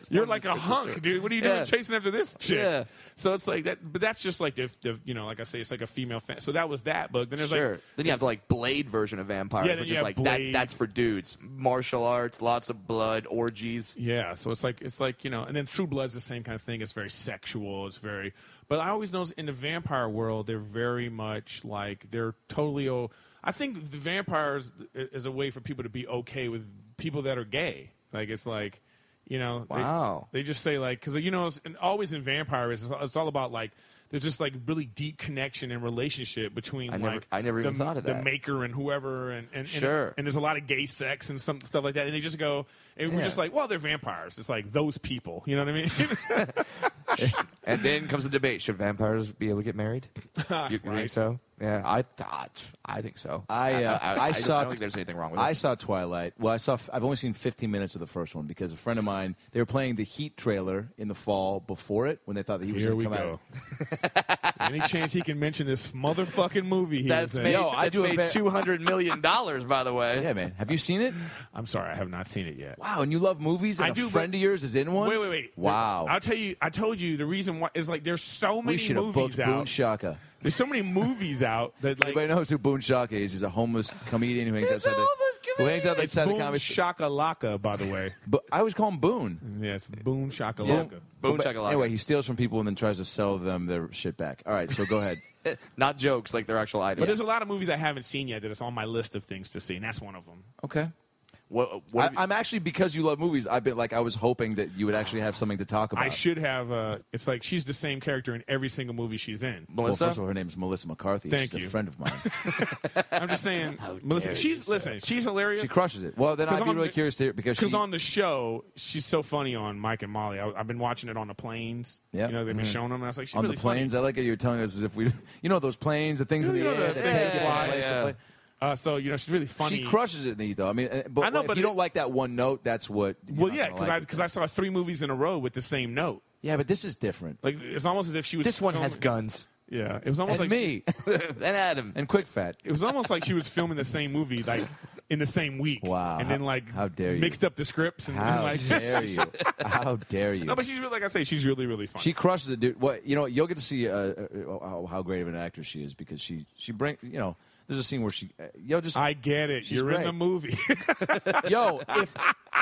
A: You're like a hunk, dude. What are you doing
C: Yeah.
A: chasing after this chick?
C: Yeah.
A: So it's like that, but that's just like the, the you know, like I say, it's like a female fan. So that was that book. Then there's
C: Sure.
A: like
C: then you have like Blade version of vampires,
A: Yeah, then
C: which
A: you
C: is
A: have
C: like that.
A: Blade.
C: That's for dudes. Martial arts, lots of blood, orgies.
A: Yeah, so it's like it's like you know, and then True Blood's the same kind of thing. It's very sexual. It's very, but I always notice in the vampire world, they're very much like they're totally. Oh, I think the vampires is a way for people to be okay with people that are gay. Like it's like, you know, they-
C: Wow.
A: They, just say like because you know, it's, and always in vampires, it's, it's all about like there's just like really deep connection and relationship between
C: I never-
A: like
C: I never
A: the,
C: even thought of
A: the
C: that.
A: maker and whoever and and, and
C: Sure.
A: and there's a lot of gay sex and some stuff like that. And they just go, and we're
C: Yeah.
A: just like, well, they're vampires. It's like those people. You know what I mean?
C: And then comes the debate: Should vampires be able to get married? You, you think
A: Right.
C: so? Yeah, I thought. I think so.
B: I, uh, I,
C: I
B: saw.
C: don't think there's anything wrong with
B: I
C: it.
B: saw Twilight. Well, I saw. I've only seen 15 minutes of the first one because a friend of mine they were playing the Heat trailer in the fall before it when they thought that he was
A: Here we
B: going to come
A: go. Any chance he can mention this motherfucking movie? He
C: That's
A: is in?
C: made,
B: Yo, I
C: that's
B: do a
C: made
B: va-
C: two hundred million dollars, by the way.
B: out. Yeah, man. Have you seen it?
A: I'm sorry, I have not seen it yet.
B: Wow, and you love movies. And
A: I
B: a
A: do, but-
B: friend of yours is in one.
A: Wait, wait, wait.
B: Wow.
A: I'll tell you. I told you the reason why is like there's so many
B: we should have booked
A: movies
B: Boone
A: out.
B: Shaka.
A: there's so many movies out that like
B: Everybody knows who Boone Shaka is. He's a homeless comedian who hangs outside the who hangs out
A: it's
B: outside the
A: Boom
B: comedy. shop.
A: Shakalaka, by the way.
B: but I always call him Boone.
A: Yes, Boom Shakalaka.
C: Boom
B: But
C: shakalaka.
B: Anyway, he steals from people and then tries to sell them their shit back. All right, so go ahead.
C: Not jokes, like their actual
A: But
C: ideas.
A: there's a lot of movies I haven't seen yet that it's on my list of things to see, and that's one of them.
B: Okay.
C: What, what
B: I,
C: have you-
B: I'm actually because you love movies. I've been like I was hoping that you would actually have something to talk about.
A: I should have. Uh, it's like she's the same character in every single movie she's in.
B: Well,
C: Melissa?
B: first of all, her name's Melissa McCarthy.
A: Thank
B: She's
A: you.
B: a friend of mine.
A: I'm just saying, Melissa. She's listen. She's hilarious.
B: she crushes it. Well, then
A: 'Cause
B: I'd be
A: on
B: really
A: the-
B: curious to hear because
A: Because
B: she,
A: on the show, she's so funny on Mike and Molly. I, I've been watching it on the planes.
B: Yeah.
A: you know they've been showing them, and I was like, she's
B: Mm-hmm. on
A: really
B: the planes. uh, I like how you're telling us as if we, you know, those planes, the things
A: funny.
B: in the
A: You know, the
B: air. that
A: thing
B: take you from
A: flies.
B: place to
C: yeah.
B: place.
A: Uh, so you know she's really funny.
B: She crushes it, Nito. I mean, uh, but,
A: I know,
B: if
A: but
B: you
A: it-
B: don't like that one note, that's what. you're
A: Well,
B: not
A: yeah,
B: gonna
A: because
B: like
A: I
B: it.
A: because I saw three movies in a row with the same note.
B: yeah, but this is different.
A: Like it's almost as if she was.
C: this one has
A: filming-
C: guns.
A: Yeah, it was almost
B: and
A: like she-
B: me
C: and Adam.
B: and Quick Fat.
A: it was almost like she was filming the same movie like in the same week.
B: Wow,
A: And
B: how-
A: then like
B: how dare you.
A: mixed up the scripts and, and,
B: How
A: like
B: dare you? How dare you?
A: no, but she's really- like I say, she's really really funny.
B: She crushes it, dude. What you know, you'll get to see uh, uh, how, how great of an actress she is because she she bring you know. There's a scene where she uh, yo just
A: I get it.
B: She's
A: You're in
B: great.
A: the movie.
B: yo if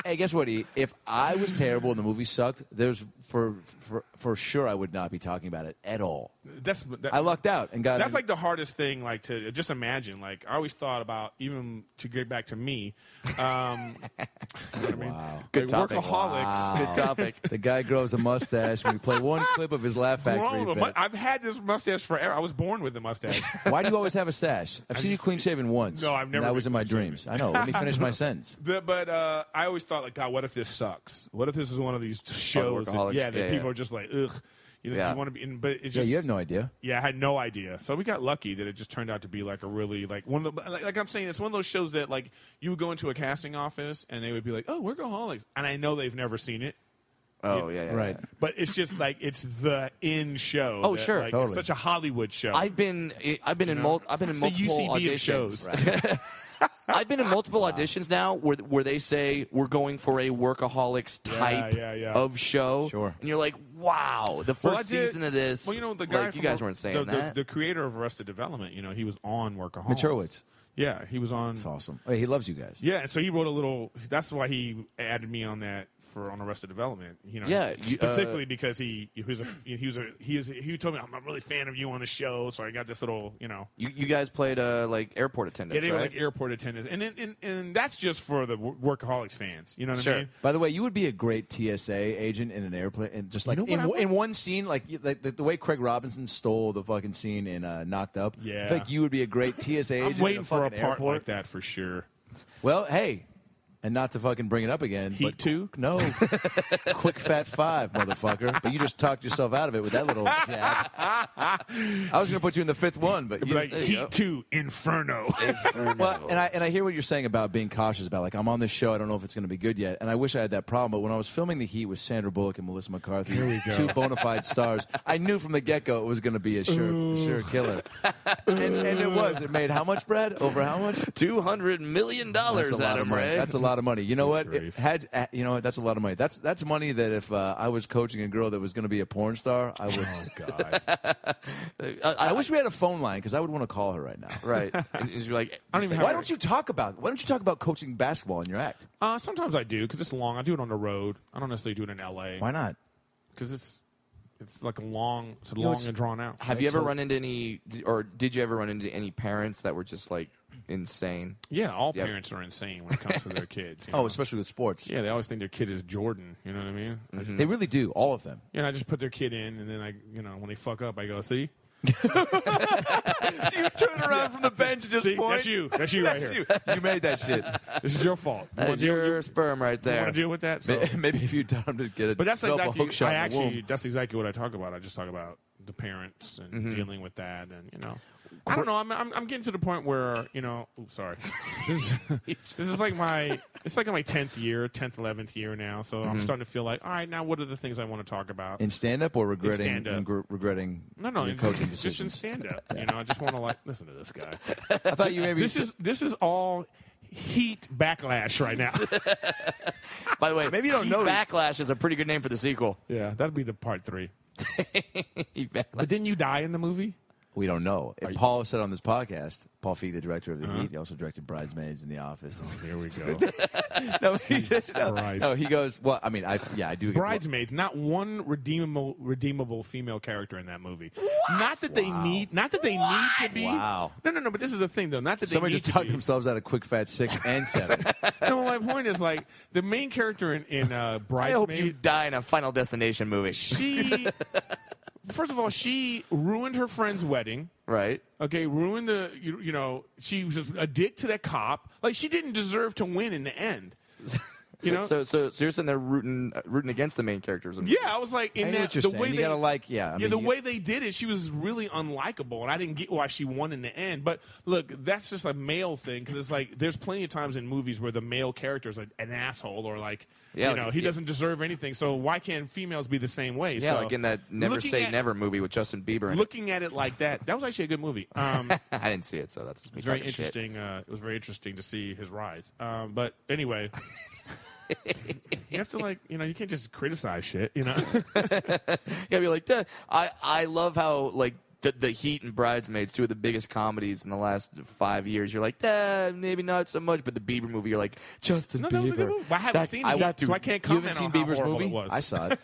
B: hey guess what? E? If I was terrible and the movie sucked, there's for for for sure I would not be talking about it at all.
A: that's that,
B: I lucked out and got
A: that's like the hardest thing. Like to just imagine. Like I always thought about even to get back to me. Um, you know what I mean? Like,
C: topic.
A: workaholics.
C: Good topic.
B: the guy grows a mustache. and We play one clip of his Laugh Factory.
A: Grown-
B: bit.
A: I've had this mustache forever. I was born with a mustache.
B: Why do you always have a stash? I've seen you
A: just-
B: clean shaven once.
A: No, I've never
B: That
A: been
B: was in my
A: clean-shaven.
B: dreams. I know. Let me finish my sentence.
A: The, but uh, I always thought like, God, what if this sucks? What if this is one of these shows? that-
C: workaholics.
A: yeah, that
C: Yeah,
A: people
C: yeah.
A: are just like, ugh. You know,
C: Yeah.
A: you want to be, in, but it just
B: Yeah, you have no idea.
A: Yeah, I had no idea. So we got lucky that it just turned out to be like a really like one of the like, like I'm saying it's one of those shows that like you would go into a casting office and they would be like, "Oh, workaholics," and I know they've never seen it,
C: Oh, yeah, yeah.
B: Right.
C: yeah.
A: but it's just like it's the in show.
C: Oh,
A: that,
C: sure,
A: like, it's
B: totally.
A: such a Hollywood show.
C: I've been I've been in mul- I've been in
A: It's the
C: multiple
A: UCB
C: auditions.
A: of shows.
C: I've been in multiple auditions now where where they say we're going for a workaholics type
A: yeah, yeah.
C: of show.
B: Sure.
C: And you're like, wow, the
A: Well,
C: first
A: I did-
C: season of this.
A: Well, you know the guy.
C: like,
A: from-
C: you guys weren't saying
A: the, the-
C: that.
A: The, creator of Arrested Development, you know, he was on Workaholics.
B: Mitch Hurwitz.
A: Yeah, he was on.
B: It's awesome. Hey, he loves you guys.
A: Yeah, and so he wrote a little. That's why he added me on that for on Arrested Development. You know,
D: Yeah, you, uh,
A: specifically because he he was a he was a he is he told me I'm a really fan of you on the show, so I got this little you know.
C: You, you guys played uh, like airport
A: Yeah,
C: attendants,
A: they were
C: right?
A: like airport attendants, and, and and and that's just for the wo- workaholics fans. You know what
C: Sure.
A: I mean?
B: By the way, you would be a great TSA agent in an airplane, and just like
A: know what
B: in,
A: I
B: w-
A: want?
B: in one scene, like, you- like the, the way Craig Robinson stole the fucking scene in uh, Knocked Up.
A: Yeah.
B: I think you would be a great TSA agent.
A: I'm waiting
B: in a
A: for a
B: fucking
A: part
B: airport.
A: like that for sure.
B: Well, hey, and not to fucking bring it up again.
A: Heat
B: but,
A: two?
B: No, quick fat five, motherfucker. But you just talked yourself out of it with that little jab. I was gonna put you in the fifth one, but you,
A: Like
B: there you go.
A: Heat Two Inferno.
B: Well, and I and I hear what you're saying about being cautious about like I'm on this show. I don't know if it's going to be good yet, and I wish I had that problem. But when I was filming The Heat with Sandra Bullock and Melissa McCarthy, two bona fide stars, I knew from the get go it was going to be a sure, sure killer, and, and it was. It made how much, Brad? Over how much?
D: two hundred million dollars,
B: That's a lot of
D: Adam
B: money.
D: Ray.
B: That's a lot of money. You know what? It
A: grief.
B: had uh, you know what? That's a lot of money. That's that's money that if uh, I was coaching a girl that was going to be a porn star, I would.
A: God,
D: Uh,
A: Oh.
D: I,
B: I wish we had a phone line because I would want to call her right now.
D: right. And, and you're like,
A: I don't even.
B: Why
A: have-
B: don't you talk about? Why don't you talk about coaching basketball in your act?
A: Uh, sometimes I do because it's long. I do it on the road. I don't necessarily do it in L.A.
B: Why not?
A: because it's it's like a long, it's a
B: know,
A: long
B: it's-
A: and drawn out.
C: Have you
B: That's
C: ever
B: what-
C: run into any, or did you ever run into any parents that were just like insane?
A: Yeah, all
C: Yep.
A: parents are insane when it comes to their kids. you
B: Oh,
A: know?
B: especially with sports.
A: yeah, they always think their kid is Jordan. You know what I mean?
B: They really do, all of them.
A: And I just put their kid in, and then I, you know, when they fuck up, I go, "See,
B: you turn around from the bench and just
A: see, that's you, that's you right here.
B: you. You made that shit.
A: This is your fault. You want
D: that's
A: to deal,
D: your sperm right there.
A: deal with that?" So.
B: May- Maybe if you taught him to get a,
A: But that's
B: develop a
A: exactly.
B: hook shot
A: I
B: in the
A: actually,
B: womb.
A: that's exactly what I talk about. I just talk about the parents and
B: Mm-hmm.
A: dealing with that, and you know, I don't know. I'm, I'm I'm getting to the point where you know. Oops, sorry. This is, this is like my it's like my tenth year, tenth eleventh year now. So
B: Mm-hmm.
A: I'm starting to feel like, all right, now what are the things I want to talk about?
B: in stand up or regretting
A: stand-up.
B: in gr- regretting
A: no, no,
B: your
A: in-
B: coaching
A: just in
B: decisions.
A: stand up. You know, I just want to like listen to this guy.
B: I thought you maybe
A: This is this is all heat backlash right now.
D: By the way,
B: Maybe you don't
D: Heat
B: know-
D: Backlash is a pretty good name for the sequel.
A: yeah, that'll be the part three.
D: Heat Backlash.
A: But didn't you die in the movie?
B: we don't know. Paul said on this podcast, Paul Feig, the director of the
A: Uh-huh.
B: Heat, he also directed Bridesmaids in The Office.
A: There we go.
B: no, he just, no,
A: Oh, Christ.
B: no, he goes. Well, I mean, I yeah, I do. get-
A: Bridesmaids, not one redeemable redeemable female character in that movie. Not that they need not that they need to be
B: Wow.
A: No no no, but this is the thing though. Not that
B: Somebody
A: they need
B: just talked
A: to be.
B: themselves out of quick fat six and seven.
A: No, my point is like the main character in, in uh
D: I hope you
A: Bridesmaids
D: die in a Final Destination movie.
A: she first of all, she ruined her friend's wedding.
D: Right?
A: Okay, ruined the you, you know, she was just a dick to that cop. Like she didn't deserve to win in the end. You know?
C: So, so, so you're sitting there rooting, uh, rooting against the main characters.
A: Yeah, I was like,
B: I
A: in
B: know
A: that
B: what you're
A: the
B: saying.
A: way
B: You
A: they
B: gotta like- yeah, I
A: yeah,
B: mean,
A: the
B: you-
A: way they did it, she was really unlikable, and I didn't get why she won in the end. But look, that's just a male thing because it's like there's plenty of times in movies where the male character is like, an asshole or like
C: Yeah,
A: you know
C: like-
A: he
C: yeah.
A: doesn't deserve anything. So why can't females be the same way?
C: Yeah,
A: so,
C: like in that Never
A: looking
C: Say
A: at-
C: Never movie with Justin Bieber. In it.
A: Looking at it like that, that was actually a good movie. Um,
C: I didn't see it, so that's
A: it's very interesting. Uh, it was very interesting to see his rise. Um, but anyway, you have to like you know you can't just criticize shit. You know,
D: You gotta be like, "Duh." I, I love how, like, the, the Heat and Bridesmaids, two of the biggest comedies in the last five years. You're like, eh, maybe not so much. But the Bieber movie, you're like, Justin
A: no,
D: Bieber.
A: that was a good movie. I haven't
D: That-
A: seen
D: I
A: it,
D: want
A: so
D: to-
A: I can't
B: You
A: comment
B: haven't seen
A: on how
B: Bieber's
A: horrible
B: movie?
A: it was.
B: I saw it.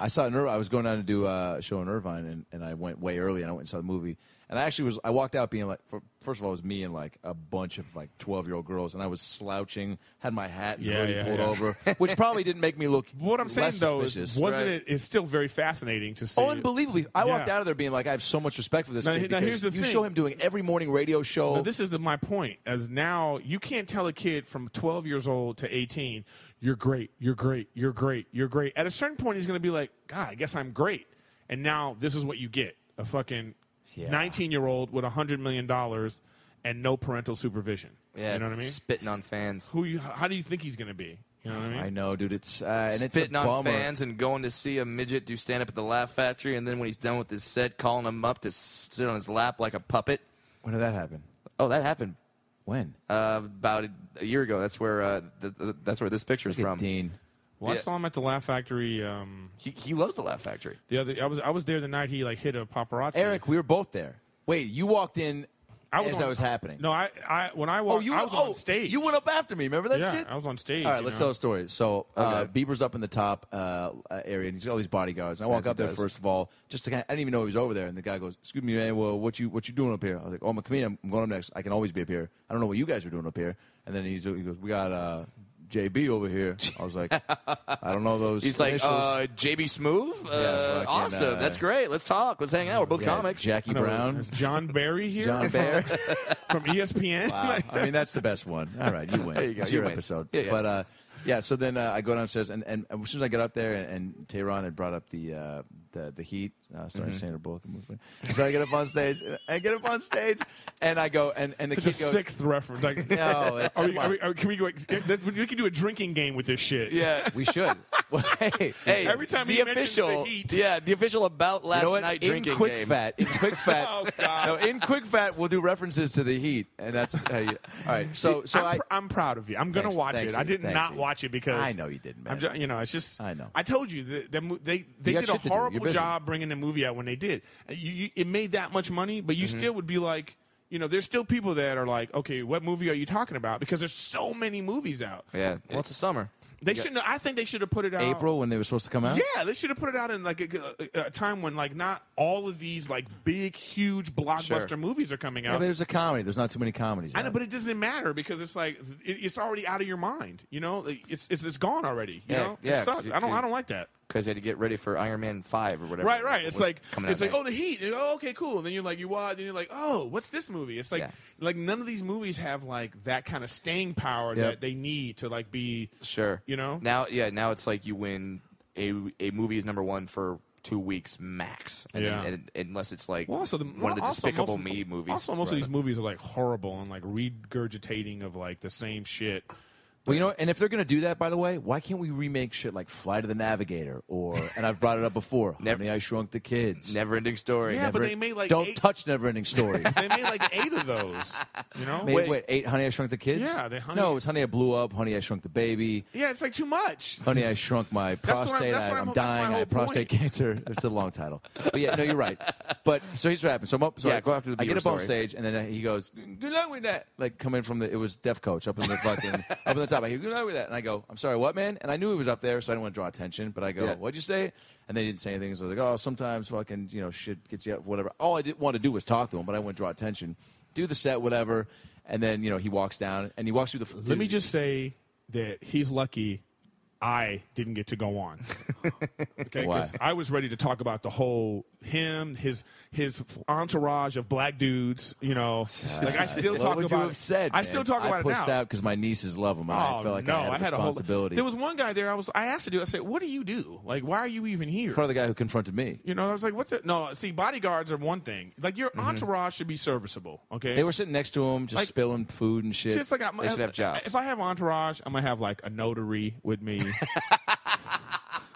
B: I saw it. In Irvine. I was going down to do uh, a show in Irvine, and, and I went way early, and I went and saw the movie. And I actually was. I walked out being like, for, first of all, it was me and like a bunch of like twelve year old girls, and I was slouching, had my hat and
A: Yeah,
B: hoodie
A: yeah,
B: pulled
A: yeah.
B: over, which probably didn't make me look.
A: What I'm saying
B: less
A: though
B: suspicious.
A: is, wasn't
D: Right.
A: it? It's still very fascinating to see.
B: Oh, unbelievably! I walked
A: Yeah.
B: out of there being like, I have so much respect for this
A: Now,
B: kid.
A: he- now, here's
B: because
A: the
B: you
A: thing.
B: show him doing every morning radio show.
A: Now, this is the, my point. As now, you can't tell a kid from 12 years old to 18, "You're great, you're great, you're great, you're great." At a certain point, he's going to be like, "God, I guess I'm great." And now this is what you get: a fucking 19 year old with 100 million dollars and no parental supervision.
C: Yeah,
A: you know what I mean?
C: Spitting on fans,
A: Who? You, how do you think he's going to be? You know what I mean?
B: I know, dude. It's uh, and it's a
C: spitting on
B: bummer.
C: fans, and going to see a midget do stand up at the Laugh Factory, and then when he's done with his set, calling him up to sit on his lap like a puppet.
B: When did that happen?
C: Oh, that happened
B: When?
C: uh, about a, a year ago. That's where uh, th- th- that's where this picture's
B: Look at
C: from.
B: Dean.
A: Well, I
C: Yeah.
A: saw him at the Laugh Factory. Um,
C: He, he loves the Laugh Factory.
A: the other, I was I was there the night he like hit a paparazzi.
B: Eric, we were both there. Wait, you walked in
A: I was
B: as
A: on,
B: that was happening.
A: No, I, I when I walked, I was
B: oh,
A: on stage.
B: You went up after me. Remember that
A: yeah,
B: shit?
A: I was on stage.
B: All right,
A: you
B: let's
A: know?
B: tell a story. So uh, Bieber's up in the top uh, uh, area, and he's got all these bodyguards. And I walk
C: As he
B: up there
C: does.
B: first of all, just to kind of, I didn't even know he was over there. And the guy goes, "Excuse me, man. Well, what you what you doing up here?" I was like, "Oh, I'm a comedian. I'm going up next. I can always be up here. I don't know what you guys are doing up here." And then he's, he goes, "We got uh, JB over here." I was like, "I don't know those."
D: He's like,
B: initials."
D: uh, JB Smooth? Uh,
B: fucking,
D: awesome.
B: uh,
D: That's great. Let's talk. Let's hang out. We're both
B: Yeah,
D: comics.
B: Jackie
A: I know,
B: Brown,
A: Is John Barry here?
B: John Bear."
A: from E ESPN.
B: Wow. I mean, that's the best one. All right, you win.
D: There you go.
B: It's
D: You
B: your
D: win.
B: episode.
D: Yeah, yeah.
B: But uh, yeah, so then uh, I go downstairs, and, and as soon as I get up there, and, and Tehran had brought up the uh, the, the heat, uh, starring
D: Mm-hmm.
B: Sandra Bullock. Movement. So I get up on stage, and I get up on stage, and I go, and, and the
A: the
B: kid goes,
A: sixth reference. Like,
B: No, it's-
A: are we, are we, are, can we go? We could do a drinking game with this shit.
D: Yeah.
B: "We should." Well, hey,
D: Hey,
A: Every time
D: the
A: he mentions the
D: official,
A: Heat.
D: yeah, the official about last
B: you know what?
D: night
B: in
D: drinking
B: quick
D: game.
B: fat, in quick fat,
A: Oh, God.
B: no, in quick fat, we'll do references to the heat, and that's how you, all right. So, so
A: I'm,
B: I,
A: pr- I'm proud of you. I'm gonna
B: Thanks-
A: watch
B: thanks,
A: it. I
B: Ian.
A: did
B: Thanks,
A: not
B: Ian.
A: watch it because
B: I know you didn't, man.
A: I'm just, you know, it's just.
B: I know.
A: I told you that that mo- they they
B: got
A: did a
B: shit to do. You're
A: horrible
B: busy.
A: job bringing the movie out when they did. You, you, it made that much money, but
B: Mm-hmm.
A: you still would be like, you know, there's still people that are like, okay, what movie are you talking about? Because there's so many movies out.
C: Yeah.
D: Well, it's the summer.
A: They shouldn't. I think they should have put it out
B: April when they were supposed to come out.
A: Yeah, they should have put it out in like a, a- a time when like not all of these like big, huge blockbuster movies are coming
B: Yeah,
A: out.
B: but there's a comedy. There's not too many comedies.
A: I
B: out.
A: know, but it doesn't matter because it's like it, it's already out of your mind. You know, Like, it's it's, it's gone already. You
C: Yeah,
A: know,
C: yeah,
A: it sucks.
C: 'cause
A: I don't
C: you-
A: I don't like that.
C: Because they had to get ready for Iron Man 5 or whatever.
A: Right, right. It's
C: was
A: like
C: coming
A: it's
C: out
A: like
C: next.
A: oh the heat. And, oh, okay, cool. Then you're like you watch, and you're like oh what's this movie? It's like
C: Yeah.
A: like none of these movies have like that kind of staying power that they need to like be.
C: Sure.
A: You know?
C: Now, yeah. Now it's like you win a a movie is number one for two weeks max. And
A: Yeah.
C: Then, and, unless it's like
A: Well, also the,
C: one of the
A: also
C: Despicable
A: most,
C: Me movies.
A: Also, most
C: Right.
A: of these movies are like horrible and like regurgitating of like the same shit.
B: Well, you know, and if they're going to do that, by the way, why can't we remake shit like Fly to the Navigator or, and I've brought it up before,
C: Never-
B: Honey, I Shrunk the Kids.
C: Never ending story.
A: Yeah,
C: Never-
A: but they made like
B: Don't
A: eight,
B: touch Neverending Story.
A: They made like eight of those. You know,
B: Wait, wait, eight Honey, I Shrunk the Kids?
A: Yeah, they- Honey-
B: No, it's Honey, I Blew Up, Honey, I Shrunk the Baby,
A: yeah, it's like too much.
B: Honey, I Shrunk
A: what
B: My
A: I'm-
B: Prostate,
A: that's
B: I,
A: what
B: am
A: I'm- that's my
B: Dying, I
A: whole
B: have Prostate
A: point.
B: Cancer. It's a long title. But yeah, no, you're right. But, so here's what happened. So, I'm up, so
C: Yeah,
B: I,
C: go after the
B: I get
C: Bieber
B: up on
C: story.
B: stage, and then he goes, good luck with that. Like, coming from the, it was Def Coach up in the fucking, up in the top. I hear, good luck with that. And I go, I'm sorry, what, man? And I knew he was up there, so I didn't want to draw attention, but I go,
C: Yeah.
B: what'd you say? And they didn't say anything. So I was like, oh, sometimes fucking, you know, shit gets you up, whatever. All I didn't want to do was talk to him, but I wouldn't draw attention. Do the set, whatever. And then, you know, he walks down and he walks through the. f-
A: Let me just say that he's lucky. I didn't get to go on. Okay,
B: Why?
A: 'cause I was ready to talk about the whole him, his his entourage of black dudes. You know, like I still
B: What
A: talk
B: would
A: about.
B: you have said?
A: I still
B: man?
A: talk about
B: I
A: it
B: pushed
A: now. Oh,
B: out because my nieces love him. And I felt like I had a responsibility.
A: Whole, there was one guy there. I was. I asked to do. I said, "What do you do? Like, why are you even here?"
B: part of the guy who confronted me.
A: You know, I was like, "What the?" No, see, bodyguards are one thing. Like your entourage should be serviceable. Okay,
B: Mm-hmm. They were sitting next to him, just
A: Like-
B: spilling food and shit.
A: just like I'm,
C: should have jobs.
A: If I have entourage, I'm gonna have like a notary with me,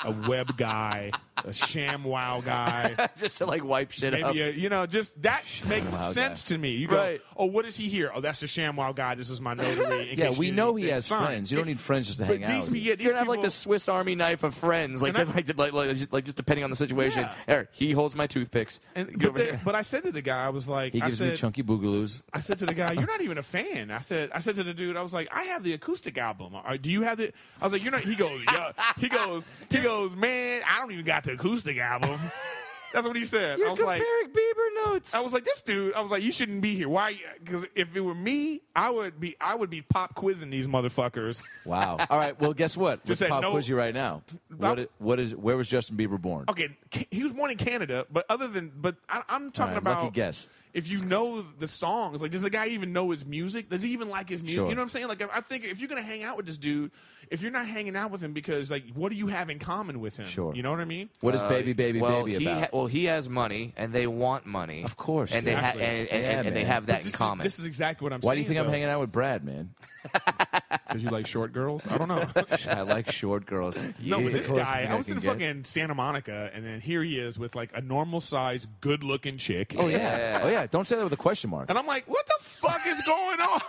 A: a web guy, a sham wow guy.
D: Just to like wipe shit up.
A: Maybe a, you know, just that makes
B: Wow
A: sense
B: guy.
A: to me. You go,
D: Right.
A: oh, what is he here? Oh, that's the ShamWow guy. This is my notary. in
B: yeah,
A: case
B: we
A: you
B: know
A: need
B: he
A: things
B: has
A: signed.
B: friends. You don't need friends just to
A: But
B: hang out.
A: these, pe-
B: with you.
A: yeah, these
D: You're gonna have like
A: people-
D: the Swiss Army knife of friends, like
A: And I-
D: like, like, like just- like just depending on the situation.
A: Yeah.
D: Eric, he holds my toothpicks.
A: And,
D: Get
A: but,
D: over
A: they-
D: here.
A: but I said to the guy, I was like,
B: He
A: I
B: gives me
A: said,
B: chunky boogaloos.
A: I said to the guy, "You're not even a fan." I said, I said to the dude, I was like, "I have the acoustic album. Are- Do you have the?" I was like, "You're not." He goes, "Yeah." He goes, "He goes, man, I don't even got the acoustic album." That's what he said. I was like,
D: Bieber notes.
A: I was like, this dude. I was like, you shouldn't be here. Why? Because if it were me, I would be. I would be pop quizzing these motherfuckers.
B: Wow. All right. Well, guess what?
A: Just
B: Just
A: said
B: pop
A: no-
B: quiz you right now. What? It, what is? Where was Justin Bieber born?
A: Okay, Ca- he was born in Canada, but other than, but I, I'm
B: All
A: talking
B: right,
A: about.
B: lucky guess.
A: if you know the songs, like does the guy even know his music? Does he even like his music?
B: Sure.
A: You know what I'm saying? Like I- I think if you're gonna hang out with this dude, if you're not hanging out with him because like what do you have in common with him?
B: Sure.
A: You know what I mean?
B: What is baby baby
C: well,
B: baby
C: he
B: about?
C: ha- well, he has money, and they want money.
B: Of course.
C: and they ha-
A: Exactly.
C: and, and,
B: Yeah,
C: and, and they
B: man.
C: have that
A: This
C: in
A: is-
C: common.
A: This is exactly what I'm
B: Why do
A: saying.
B: you think I'm hanging out with Brad, man?
A: Because you like short girls? I don't know.
B: I like short girls.
A: no,
B: He's
A: but
B: the
A: this
B: closest
A: guy,
B: thing
A: I was
B: can
A: in
B: get.
A: fucking Santa Monica, and then here he is with like a normal size, good looking chick.
B: Oh yeah. Oh yeah. Don't say that with a question mark.
A: And I'm like, what the fuck is going
B: Oh,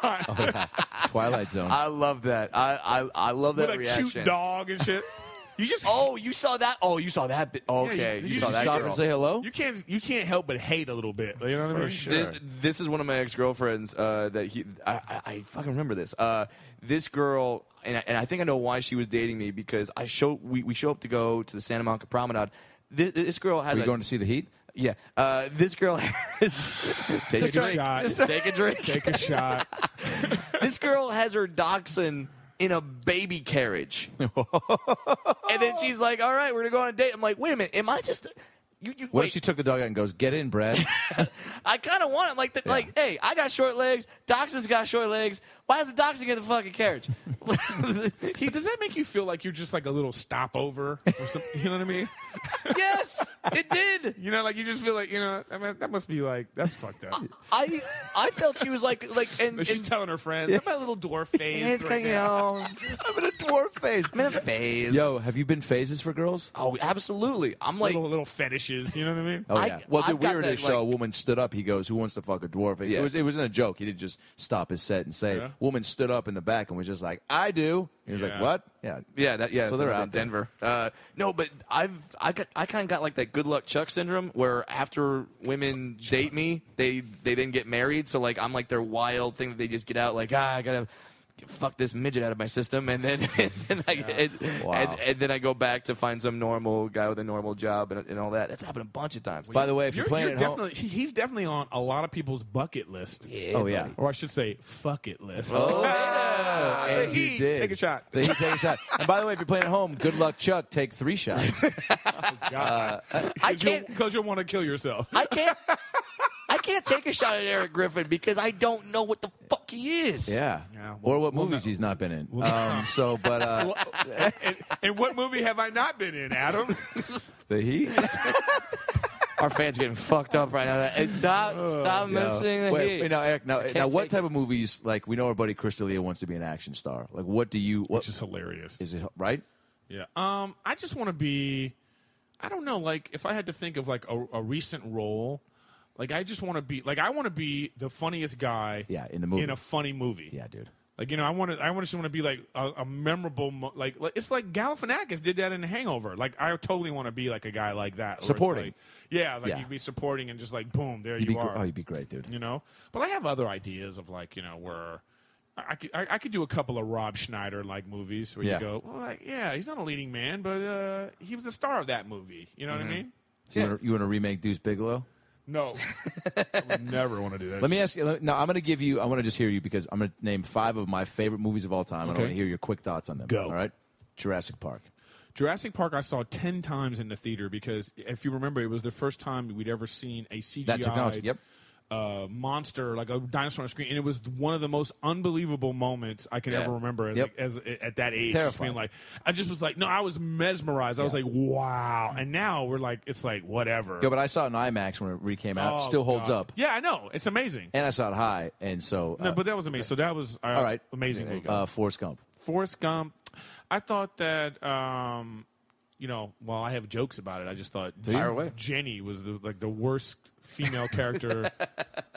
A: on?
B: Twilight Zone.
D: I love that. I I, I love
A: with
D: that
A: a
D: reaction.
A: cute dog and shit. You just
D: Oh, you saw that? Oh, you saw that? Bit.
A: yeah,
D: Okay, you,
A: you
D: saw
A: just
D: that
B: Stop
D: girl.
B: and say hello.
A: you can't you can't help but hate a little bit. You know what I mean?
D: sure.
C: This, this is one of my ex girlfriends uh, that he. I, I, I fucking remember this. Uh, this girl, and I, and I think I know why she was dating me because I show we, we show up to go to the Santa Monica Promenade. This, this girl had
B: Are you
C: a-
B: going to see the Heat?
C: yeah. Uh, this girl has take
A: Take a shot.
C: Take a drink.
A: Take a shot.
C: this girl has her dachshund in a baby carriage. and then she's like, "All right, we're gonna go on a date." I'm like, "Wait a minute, am I just?" You, you,
B: What
C: wait,
B: if she took the dog out and goes, "Get in, Brad"?
C: I kind of want him. Like, the, like, hey, I got short legs. Doxon's got short legs. Why does the Doxon get the fucking carriage?
A: He- does that make you feel like you're just like a little stopover? Or something, you know what I mean?
C: yes, it did.
A: You know, like you just feel like you know I mean, that must be like that's fucked up.
C: I I felt she was like like and,
A: But she's
C: and-
A: telling her friends, "I'm a little dwarf
C: it's
A: phase right
C: like, you
A: now."
C: know,
B: I'm in a dwarf phase.
C: I'm in a phase.
B: Yo, have you been phases for girls?
C: Oh, absolutely. I'm like,
A: Little little fetishes. You know what I mean?
B: Oh
C: I-
B: yeah. well, the
C: I've got
B: weirdest
C: that,
B: show, a
C: like-
B: woman stood up. He goes, "Who wants to fuck a dwarf?" It
C: Yeah.
B: was it wasn't a joke. He didn't just stop his set and say. it.
A: Yeah.
B: Woman stood up in the back and was just like, "I do." He was
A: Yeah.
B: like, "What?" Yeah.
C: yeah, that yeah.
B: So they're
C: in
B: out there.
C: Denver. Uh, no, but I've I got I kind of got like that good luck Chuck syndrome where after women date me, they they then get married. So like I'm like their wild thing that they just get out like ah I gotta. Fuck this midget out of my system, and then and then, I, and,
B: Wow.
C: and, and then I go back to find some normal guy with a normal job and, and all that. That's happened a bunch of times.
B: By the way, if you're, playing at home,
A: definitely, he- he's definitely on a lot of people's bucket list.
B: oh yeah.
A: Or I should say, fuck it list.
B: Oh, and you
A: Heat,
B: did.
A: take a shot.
B: The Heat, take a shot. And by the way, if you're playing at home, good luck, Chuck. Take three shots. Uh,
A: God.
D: I
A: Because you'll,
D: can't-
A: 'cause you'll want to kill yourself.
D: I can't. I can't take a shot at Eric Griffin because I don't know what the fuck he is.
B: Yeah.
A: Yeah, well-
B: or what
A: well,
B: movies
A: no.
B: he's not been in. um, so, but uh,
A: and, and what movie have I not been in, Adam?
B: the Heat.
D: Our fans getting fucked up right now. And Stop, stop mentioning the
B: Wait,
D: Heat.
B: wait, now, Eric. Now, now,
D: can't
B: what
D: take
B: type of movies? Like, we know our buddy Chris D'Elia wants to be an action star. Like, what do you? What
A: Which is hilarious.
B: is it? Right?
A: Yeah. Um, I just want to be. I don't know. Like, if I had to think of like a, a recent role, like I just want to be. Like, I want to be the funniest guy.
B: Yeah, in the movie.
A: In a funny movie.
B: Yeah, dude.
A: Like you know, I want to. I want to want to be like a, a memorable. Mo- like, like- it's like Galifianakis did that in Hangover. Like I totally want to be like a guy like that. where it's
B: Supporting.
A: like- yeah, like
B: Yeah.
A: you'd be supporting and just like boom, there
B: You'd
A: you
B: be, gr-
A: are.
B: oh, you'd be great, dude.
A: you know, but I have other ideas of like you know where. I I could, I, I could do a couple of Rob Schneider like movies where
B: Yeah.
A: you go, well, like, yeah, he's not a leading man, but uh, he was the star of that movie. You know
B: Mm-hmm.
A: what I mean?
B: You wanna- You want to remake Deuce Bigelow?
A: No, I would never want to do that.
B: Let me ask you. let- No, I'm going to give you. I want to just hear you because I'm going to name five of my favorite movies of all time, and I
A: Okay.
B: want to hear your quick thoughts on them.
A: Go.
B: All right. Jurassic Park.
A: Jurassic Park I saw ten times in the theater because if you remember, it was the first time we'd ever seen a CGI
B: technology, yep.
A: uh, monster like a dinosaur on the screen, and it was one of the most unbelievable moments I can ever remember as,
B: Yep.
A: as, at that age. Just
B: Terrifying.
A: being like, I just was like, no, I was mesmerized. I was like, wow. And now we're like, it's like whatever.
B: Yo, but I saw it in IMAX when it re came
A: Oh,
B: out. Still holds
A: God.
B: up.
A: Yeah, I know. It's amazing.
B: And I saw it high, and so. Uh,
A: no, but that was amazing. So that was uh,
B: all right.
A: amazing. movie.
B: Uh, Forrest Gump.
A: Forrest Gump. I thought that um, you know, while I have jokes about it, I just thought Jen-
D: away.
A: Jenny was the like the worst female character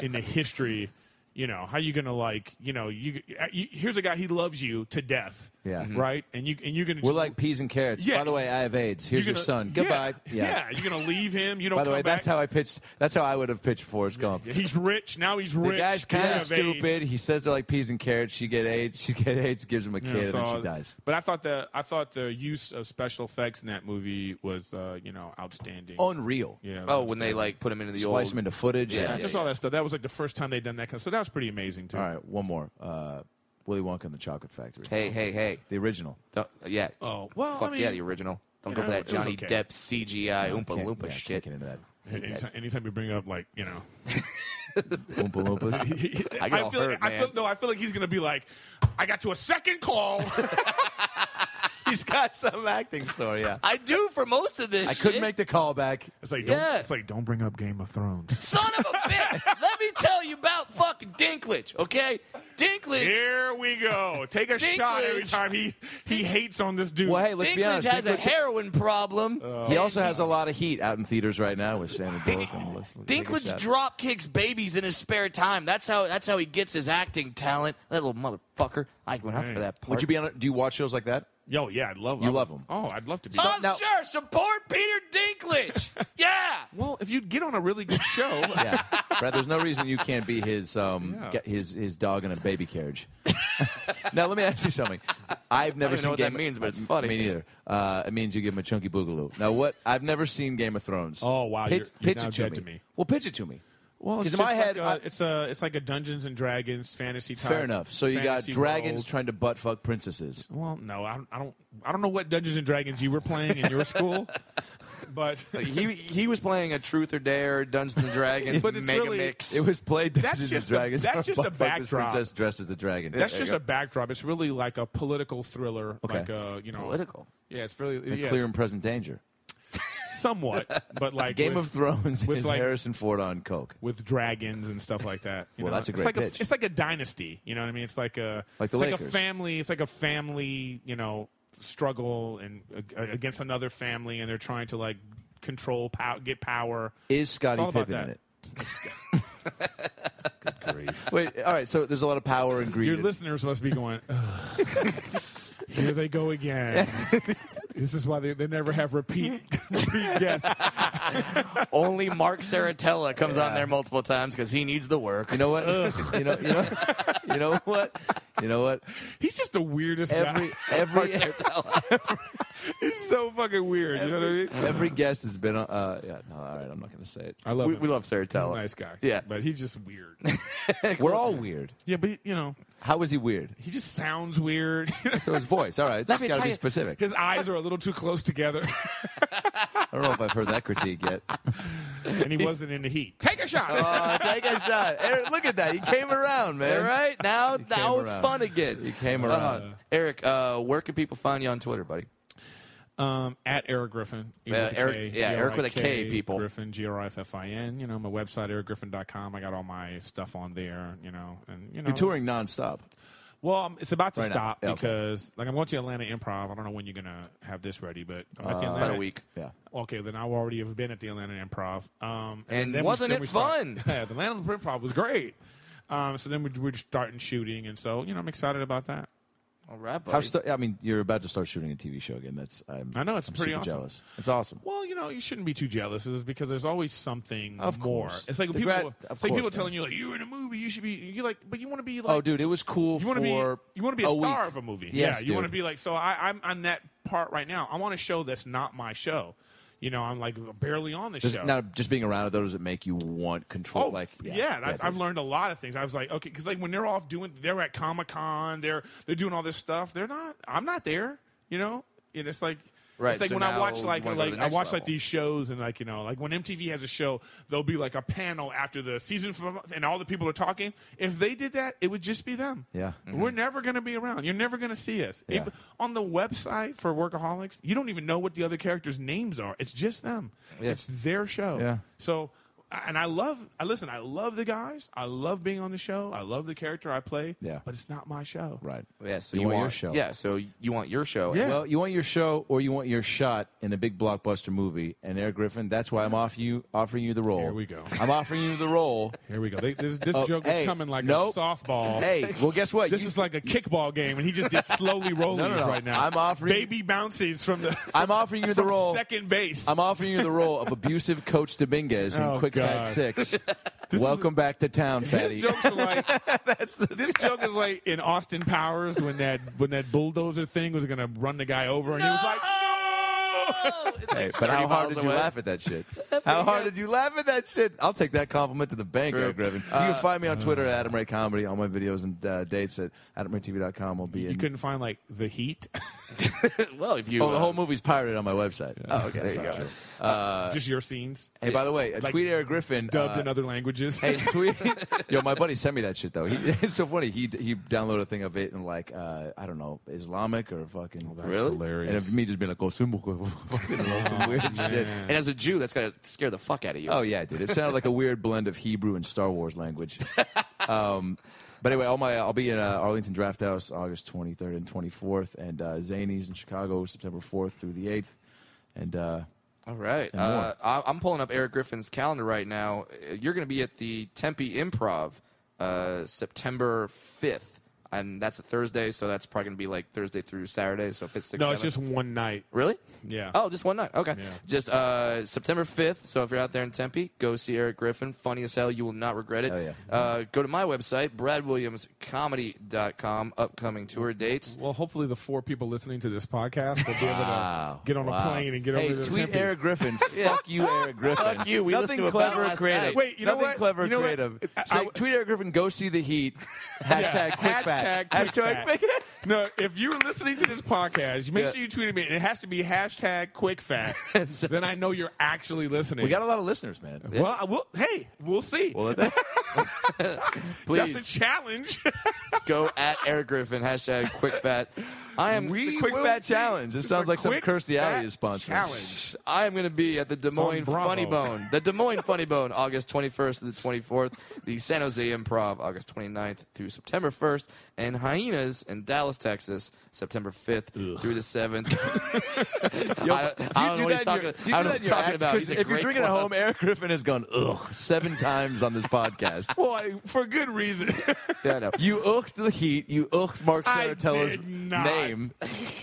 A: in the history. You know, how you gonna like? You know, you, uh, you here's a guy he loves you to death.
B: Yeah. Mhm.
A: right. And you and you're gonna
B: We're
A: just-
B: like peas and carrots.
A: Yeah.
B: By the way, I have AIDS.
A: you're
B: Here's your
A: gonna-
B: son.
A: yeah,
B: Goodbye.
A: Yeah. you're gonna leave him. You don't.
B: By the
A: come
B: way, that's
A: back.
B: how I pitched. That's how I would have pitched Forrest Gump.
A: he's rich now. He's
B: The
A: rich.
B: guy's kind
A: Yeah.
B: of stupid.
A: AIDS.
B: He says they're like peas and carrots. She get AIDS. She get AIDS. Gives him a
A: Yeah,
B: kid, and
A: so-
B: she dies.
A: But I thought the I thought the use of special effects in that movie was uh, you know outstanding.
B: Unreal.
A: Yeah.
D: Oh, when they like put him into the
B: Splice
D: old.
B: him into footage.
D: Yeah,
A: Yeah, just all that stuff. That was like the first time they'd done that kind of. So that was pretty amazing too.
B: All right, one more. Uh, Willy Wonka and the Chocolate Factory.
D: Hey, hey, hey!
B: The original.
D: Don't, yeah.
A: Oh well,
D: Fuck
A: I mean,
D: yeah, the original. Don't
A: you
D: go for
A: know,
D: that
A: it was
D: Johnny
A: okay.
D: Depp CGI Oompa
B: Can't-
D: Loompa
B: yeah,
D: shit.
B: can't get into
A: anytime, anytime you bring up like you know,
B: that. Oompa Loompas.
D: I get all
A: feel
D: hurt,
A: like, I feel
D: man.
A: no, I feel like he's gonna be like, I got to a second call.
B: He's got some acting story. Yeah.
D: I do for most of this.
B: I couldn't
D: shit.
B: make the callback.
A: it's like,
D: Yeah.
A: don't, it's like don't bring up Game of Thrones.
D: Son of a bitch! Let me tell you about fucking Dinklage, okay? Dinklage.
A: Here we go. Take a shot every
D: Dinklage.
A: time he he hates on this dude.
B: Well, hey, let's be
D: Dinklage
B: honest.
D: has a
B: Dinklage, Uh,
D: heroin problem.
B: he also has a lot of heat out in theaters right now with Sandra Bullock. and let's- let's take a
D: Dinklage
B: shot.
D: drop kicks babies in his spare time. That's how that's how he gets his acting talent. That little motherfucker. I went out for that part.
B: Would you be on? a- Do you watch shows like that?
A: Yo, yeah, I'd love
B: You
A: I
B: love
A: would-
B: him.
A: Oh, I'd love to be.
D: oh,
B: now-
D: sure. Support Peter Dinklage. yeah.
A: well, if you'd get on a really good show,
B: Yeah, Brad. There's no reason you can't be his um
A: Yeah.
B: get his his dog in a baby carriage. now let me ask you something. I've
D: I don't
B: never
D: even
B: seen
D: know what
B: Game
D: that means, but it's
B: I-
D: funny.
B: Me neither. Uh, it means you give him a chunky boogaloo. Now what? I've never seen Game of Thrones.
A: Oh, wow,
B: Pitch,
A: you're- you're
B: pitch
A: now
B: it to
A: dead
B: me.
A: to me.
B: Well, pitch it to me.
A: well, it's
B: 'Cause in
A: just
B: my head,
A: like
B: I-
A: a, it's a it's like a Dungeons and Dragons fantasy type.
B: Fair enough. So you got
A: fantasy
B: dragons
A: world.
B: trying to butt fuck princesses.
A: Well, no, I don't, I don't. I don't know what Dungeons and Dragons you were playing in your school, but
C: he he was playing a Truth or Dare, Dungeons and Dragons,
A: But it's
C: Mega
A: really-
C: Mix.
B: It was played
A: That's
B: Dungeons and
A: just a-
B: Dragons.
A: that's just a
B: Butt fuck this
A: backdrop.
B: princess dressed as a dragon.
A: that's
B: There
A: just
B: you
A: a backdrop. It's really like a political thriller,
B: Okay.
A: like a you know
D: Political.
A: Yeah, it's really
B: go.
A: yes,
B: clear and present danger.
A: somewhat, but like
B: Game
A: with-
B: of Thrones
A: with
B: is
A: like
B: Harrison Ford on coke.
A: with dragons and stuff like that. you
B: Well,
A: know?
B: that's a
A: It's
B: great
A: like
B: pitch.
A: it's like a dynasty. You know what I mean? It's like a
B: Like the
A: it's like a
B: Lakers.
A: family. It's like a family. You know, struggle and uh, against another family, and they're trying to like control pow- get power.
B: Is
A: It's
B: Scottie
A: all about
B: Pippen in
A: that.
B: it? Wait, all right. So there's a lot of power and greed.
A: Your
B: in-
A: listeners must be going. "Ugh. Here they go again. this is why they, they never have repeat repeat guests.
D: Only Mark Saratella comes on there multiple times because he needs the work.
B: You know what? you know. You know. You know what? You know what?
A: He's just the weirdest
B: Every
A: guy.
B: every
A: He's so fucking weird. you know what I mean?
B: every guest has been. on- Uh, yeah. No. All right. I'm not going to say
A: I love
D: we,
A: him.
D: we love Saratella.
A: He's a nice guy.
D: Yeah.
A: but he's just weird.
B: it. We're all weird.
A: yeah, but you know,
B: How is he weird?
A: he just sounds weird.
B: So his voice. All right. That's
D: me
B: got to
D: tell
B: be
D: you-
B: specific.
A: His eyes are a little too close together,
B: I don't know if I've heard that critique yet.
A: and he wasn't in the heat. Take a shot.
B: Oh, take a shot. Eric, look at that. He came around, man.
D: All right, now now it's
B: around.
D: fun again.
B: He came
D: Uh,
B: around.
D: Eric, uh, where can people find you on Twitter, buddy?
A: Um, at Eric Griffin. E
D: Uh,
A: with a
D: Eric-
A: K,
D: yeah, Eric with a K,
A: G-R-I-K,
D: people.
A: Griffin, G R I F F I N. You know, my website, ericgriffin.com. I got all my stuff on there, you know. And, you know
B: You're touring nonstop.
A: Well, um, it's about to
B: Right now.
A: stop
B: Yeah, okay.
A: because, like, I'm going to Atlanta Improv. I don't know when you're going to have this ready, but
B: Uh,
A: I'm at the Atlanta.
D: About a week.
B: Yeah.
A: Okay, then I already have been at the Atlanta Improv. Um,
D: And
A: then
D: wasn't
A: then
D: it
A: start-
D: fun?
A: yeah, the Atlanta Improv was great. Um, so then we, we're starting shooting, and so, you know, I'm excited about that.
D: All right, buddy.
B: How st- I mean, you're about to start shooting a TV show again. That's I'm.
A: I know, it's
B: I'm
A: pretty
B: super
A: awesome.
B: jealous. It's awesome.
A: Well, you know, you shouldn't be too jealous is because there's always something
B: Of
A: more.
B: course.
A: It's like
B: The
A: people,
B: grad- of
A: it's like people
B: course,
A: telling you like you were in a movie, you should be you like, but you want to be like
B: Oh, dude, it was cool
A: you
B: for
A: want to be you want to be a, star
B: week.
A: of a movie.
B: Yes,
A: yeah, you want to
B: dude.
A: be like so. I, I'm on that part right now. I want a show that's not my show. You know, I'm like barely on the
B: Does,
A: show.
B: Now, just being around it, though, does it make you want control?
A: Oh,
B: like,
A: yeah, and I've, I've
B: dude.
A: learned a lot of things. I was like, okay, because like when they're off doing, they're at Comic Con, they're they're doing all this stuff. They're not. I'm not there. You know, and it's like.
C: Right,
A: It's like
C: so
A: when I
C: now
A: watch
C: you
A: like
C: wanna go to
A: like
C: the
A: I
C: next
A: watch like
C: level.
A: these shows and like you know like when MTV has a show there'll be like a panel after the season from, and all the people are talking. If they did that, it would just be them.
B: Yeah.
C: Mm-hmm.
A: we're never going to be around. You're never going to see us. If,
B: Yeah.
A: on the website for Workaholics, you don't even know what the other characters' names are. It's just them. It's their show.
B: Yeah.
A: So, and I love, I listen, I love the guys. I love being on the show. I love the character I play.
B: Yeah.
A: But it's not my show.
B: Right.
C: yeah, so
B: you,
C: you,
B: want,
C: want
B: your show.
C: Yeah, so you want your show.
A: Yeah.
B: Well, you want your show or you want your shot in a big blockbuster movie. And Eric Griffin, that's why I'm off you, offering you the role.
A: Here we go.
B: I'm offering you the role.
A: Here we go. They, this this
B: Oh,
A: joke
B: hey,
A: is coming like
B: nope.
A: a softball.
B: hey, well, guess what?
A: Oh. This
B: You-
A: is like a kickball game, and he just did slowly rollies
B: No, no, no.
A: right now.
B: I'm offering-
A: baby bounces from the
B: I'm offering you the
A: from
B: role.
A: second base.
B: I'm offering you the role of abusive Coach Dominguez in
A: Oh,
B: Quick Fat
A: God.
B: Six. Welcome back to town, fatty.
A: His jokes are like this joke is like in Austin Powers when that when that bulldozer thing was gonna run the guy over, and he was like, "No!"
B: Hey, but how hard
D: miles
B: did you
D: away.
B: laugh at that shit? How hard did you laugh at that shit? I'll take that compliment to the bank, Eric Griffin. You
A: Uh,
B: can find me on Twitter at Adam Ray Comedy. All my videos and uh, dates at AdamRayTV.com will be
A: You
B: in.
A: couldn't find like the heat,
D: well, if you
B: oh, the
D: uh,
B: whole movie's pirated on my website.
D: oh, okay, there you go.
A: just your scenes
B: Hey, by the way, uh,
A: Like,
B: tweet Eric Griffin.
A: dubbed
B: uh,
A: in other languages.
B: Hey, tweet. Yo, my buddy sent me that shit though. He, it's so funny. He he downloaded a thing of it and like uh, I don't know Islamic or fucking
A: Oh, Really? hilarious. Oh,
B: And of me just being like, oh, some, fucking some weird shit.
D: And as a Jew, that's gotta scare the fuck out of you.
B: Oh yeah, dude. It sounded like a weird blend of Hebrew and Star Wars language. Um, But anyway, all my I'll be in uh, Arlington Draft House August 23rd and 24th, and uh, Zanies in Chicago September 4th through the 8th, and uh,
C: All right.
B: more.
C: Uh, I- I'm pulling up Eric Griffin's calendar right now. Uh, You're going to be at the Tempe Improv uh, September 5th. And that's a Thursday, so that's probably going to be like Thursday through Saturday. So 5th, 6th,
A: No, it's
C: 7th.
A: just one night.
C: Really?
A: Yeah.
C: Oh, just one night. Okay.
A: Yeah.
C: Just uh, September 5th. So if you're out there in Tempe, go see Eric Griffin. Funny as hell. You will not regret it.
B: Hell yeah.
C: uh, go to my website, bradwilliamscomedy.com. Upcoming tour dates.
A: Well, hopefully the four people listening to this podcast will be able to
B: Wow.
A: get on
B: Wow.
A: a plane and get
B: hey,
A: over to
B: tweet
A: Tempe.
B: Eric Griffin. Fuck you, Eric Griffin.
C: Fuck you. We
B: Nothing
C: listened to about
B: clever, or
C: last
B: creative.
C: night.
A: Wait, you know
B: Nothing
A: what?
B: clever,
A: You know what?
B: creative.
A: I-
B: Say,
A: I-
B: tweet Eric Griffin. Go see the Heat. Hashtag
A: Yeah.
B: quick
A: Hashtag quick
B: fact. Hashtag
A: fact.
B: quick fact.
A: No, if you're listening to this podcast, make sure you tweet at me, and it has to be hashtag quick fact. then I know you're actually listening.
B: We got a lot of listeners, man.
A: well, I will, hey, we'll see.
C: Please.
A: That's a challenge.
C: go at Eric Griffin hashtag quick fat. I am
A: We-
B: Quick
A: will
B: Fat
A: see.
B: Challenge. It
A: It's
B: sounds
A: a
B: like some
A: quick
B: Kirstie
A: fat
B: Alley is sponsoring.
A: Challenge.
C: I am going to be at the Des
A: on
C: Moines
A: Bravo.
C: Funny Bone, the Des Moines Funny Bone, August 21st to the 24th, the San Jose Improv, August 29th through September 1st, and Hyenas in Dallas, Texas, September 5th through the 7th. I don't,
B: Do you
C: I don't
B: do
C: know what he's
B: that
C: talking,
B: in
C: I
B: your- do you do
C: don't know what
B: that in
C: he's
B: your
C: talking
B: act?
C: about.
B: 'Cause
C: He's a
B: If you're
C: great
B: drinking at
C: club.
B: home, Eric Griffin has gone, ugh, seven times on this podcast.
A: Well, I- for good reason.
C: Yeah, I know.
B: You ughed the Heat. You ughed Mark
A: I
B: Saratella's
A: did not.
B: name.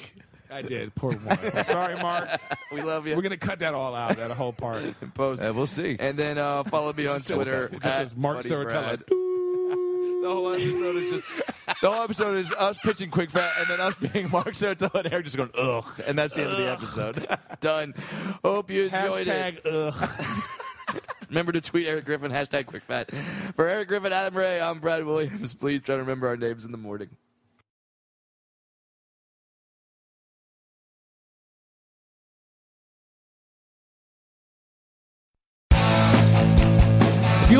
A: I did. Poor one. Sorry, Mark.
C: We love
A: We're
C: you.
A: going to cut that all out, that whole part.
C: Post.
B: Uh, we'll see.
C: And then uh, follow me on
A: says-
C: Twitter.
A: it just
C: at
A: says Mark
C: Buddy
A: Saratella.
C: Brad.
B: the whole episode is just the whole episode is us pitching quick fat and then us being Mark Sartell and Eric just going ugh, and that's the end of the episode.
C: Done. Hope you enjoyed it.
A: Hashtag, uh, ugh.
C: Remember to tweet Eric Griffin, hashtag QuickFat. For Eric Griffin, Adam Ray, I'm Brad Williams. Please try to remember our names in the morning.
F: If you